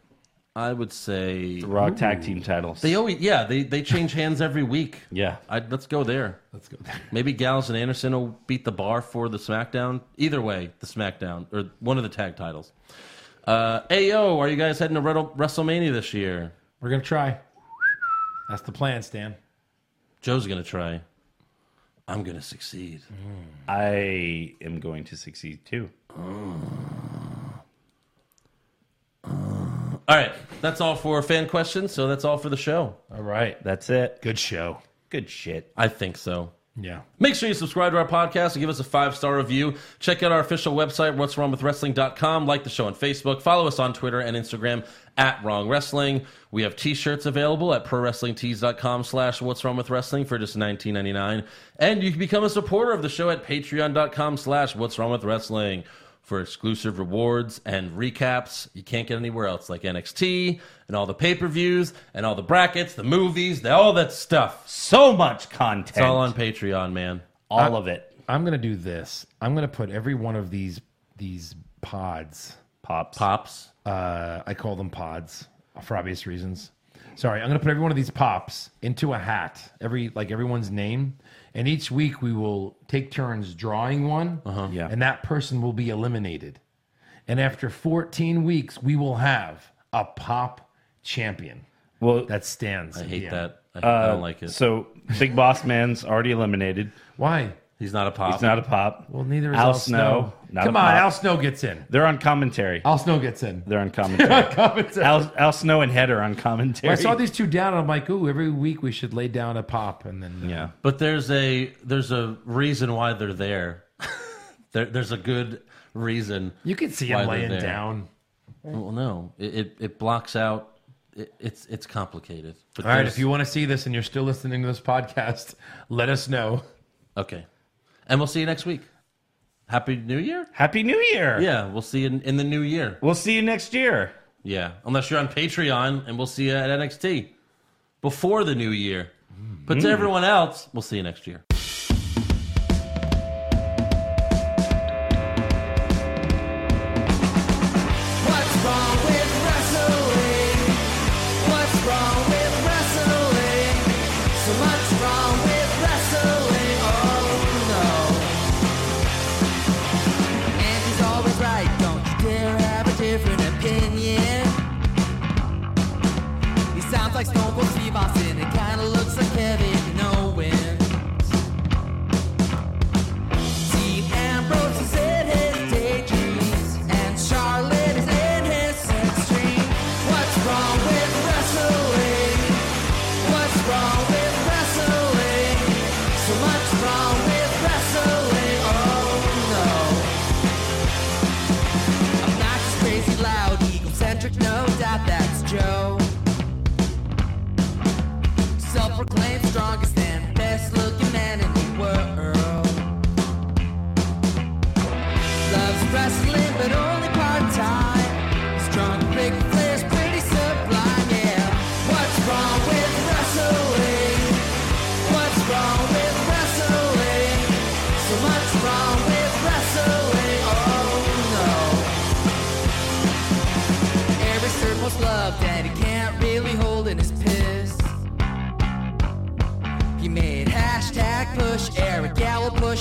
I would say
Rock tag team titles.
they always yeah they they change hands every week.
yeah.
I, let's go there.
Let's go there.
Maybe Gallus and Anderson will beat the bar for the SmackDown. Either way, the SmackDown or one of the tag titles. Uh, Ao, are you guys heading to Wrestle- WrestleMania this year?
We're gonna try. That's the plan, Stan.
Joe's gonna try. I'm gonna succeed.
I am going to succeed too.
All right, that's all for fan questions. So that's all for the show.
All right.
That's it.
Good show.
Good shit.
I think so.
Yeah.
Make sure you subscribe to our podcast and give us a five star review. Check out our official website, what's wrong with wrestling.com. Like the show on Facebook. Follow us on Twitter and Instagram at Wrong Wrestling. We have t shirts available at prowrestlingtees.com slash what's wrong with wrestling for just $19.99. And you can become a supporter of the show at patreon.com slash what's wrong with wrestling for exclusive rewards and recaps you can't get anywhere else, like NXT and all the pay per views and all the brackets, the movies, the, all that stuff.
So much content.
It's all on Patreon, man.
all of it.
I'm gonna do this. I'm gonna put every one of these these pods.
Pops.
Pops.
Uh, I call them pods for obvious reasons. Sorry, I'm gonna put every one of these pops into a hat. Every like everyone's name, and each week we will take turns drawing one, uh-huh.
Yeah.
and that person will be eliminated. And after 14 weeks, we will have a pop champion
Well,
that stands.
I hate that. I, I
Uh,
don't like it.
so Big Boss Man's already eliminated.
Why?
He's not a pop.
He's not a pop.
Well, neither is
Al
Al,
Snow,
Snow.
not a
Come on,
pop.
Al Snow gets in.
They're on commentary.
Al Snow gets in. <laughs>
They're on commentary.
Commentary.
Al, Al Snow and Head are on commentary.
I saw these two down, and I'm like, ooh, every week we should lay down a pop, and then
Yeah.
But there's a there's a reason why they're there. <laughs> there there's a good reason.
you can see
why
him
they're
laying
there.
down.
Well, no, it it, it blocks out. It, it's it's complicated. But
All right,
there's-
if you want to see this and you're still listening to this podcast, <laughs> let us know.
okay, and we'll see you next week. Happy New Year.
Happy New Year.
Yeah, we'll see you in, in the new year.
We'll see you next year.
Yeah, unless you're on Patreon, and we'll see you at NXT before the new year. But
Mm.
to everyone else, we'll see you next year.
What's wrong with wrestling? What's wrong with wrestling? So much wrong with wrestling. Oh no. And she's always right. Don't you dare have a different opinion. He sounds like Stone Cold Steve Austin. It kinda looks like Kevin Owens. Dean Ambrose is in his daydreams, and Charlotte is in his sex dream. What's wrong with wrestling? What's wrong with wrestling? So much wrong with wrestling. Oh no. Obnoxious, crazy, loud, egocentric, no doubt that's Joe. Self proclaimed strongest and best looking man in the world. wrestling, but only part time. Strong big players, pretty sublime, yeah. What's wrong with wrestling? What's wrong with wrestling? So much wrong with wrestling, oh no. Every circle's love that he can't really hold in his piss. He made hashtag push Eric Gallo push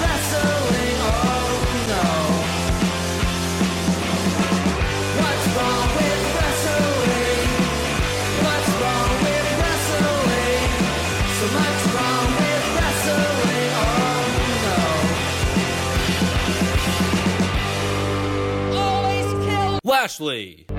wrestling. Oh no. What's wrong with wrestling? What's wrong with wrestling? So much wrong with wrestling. Oh no. Always kill.
Lashley.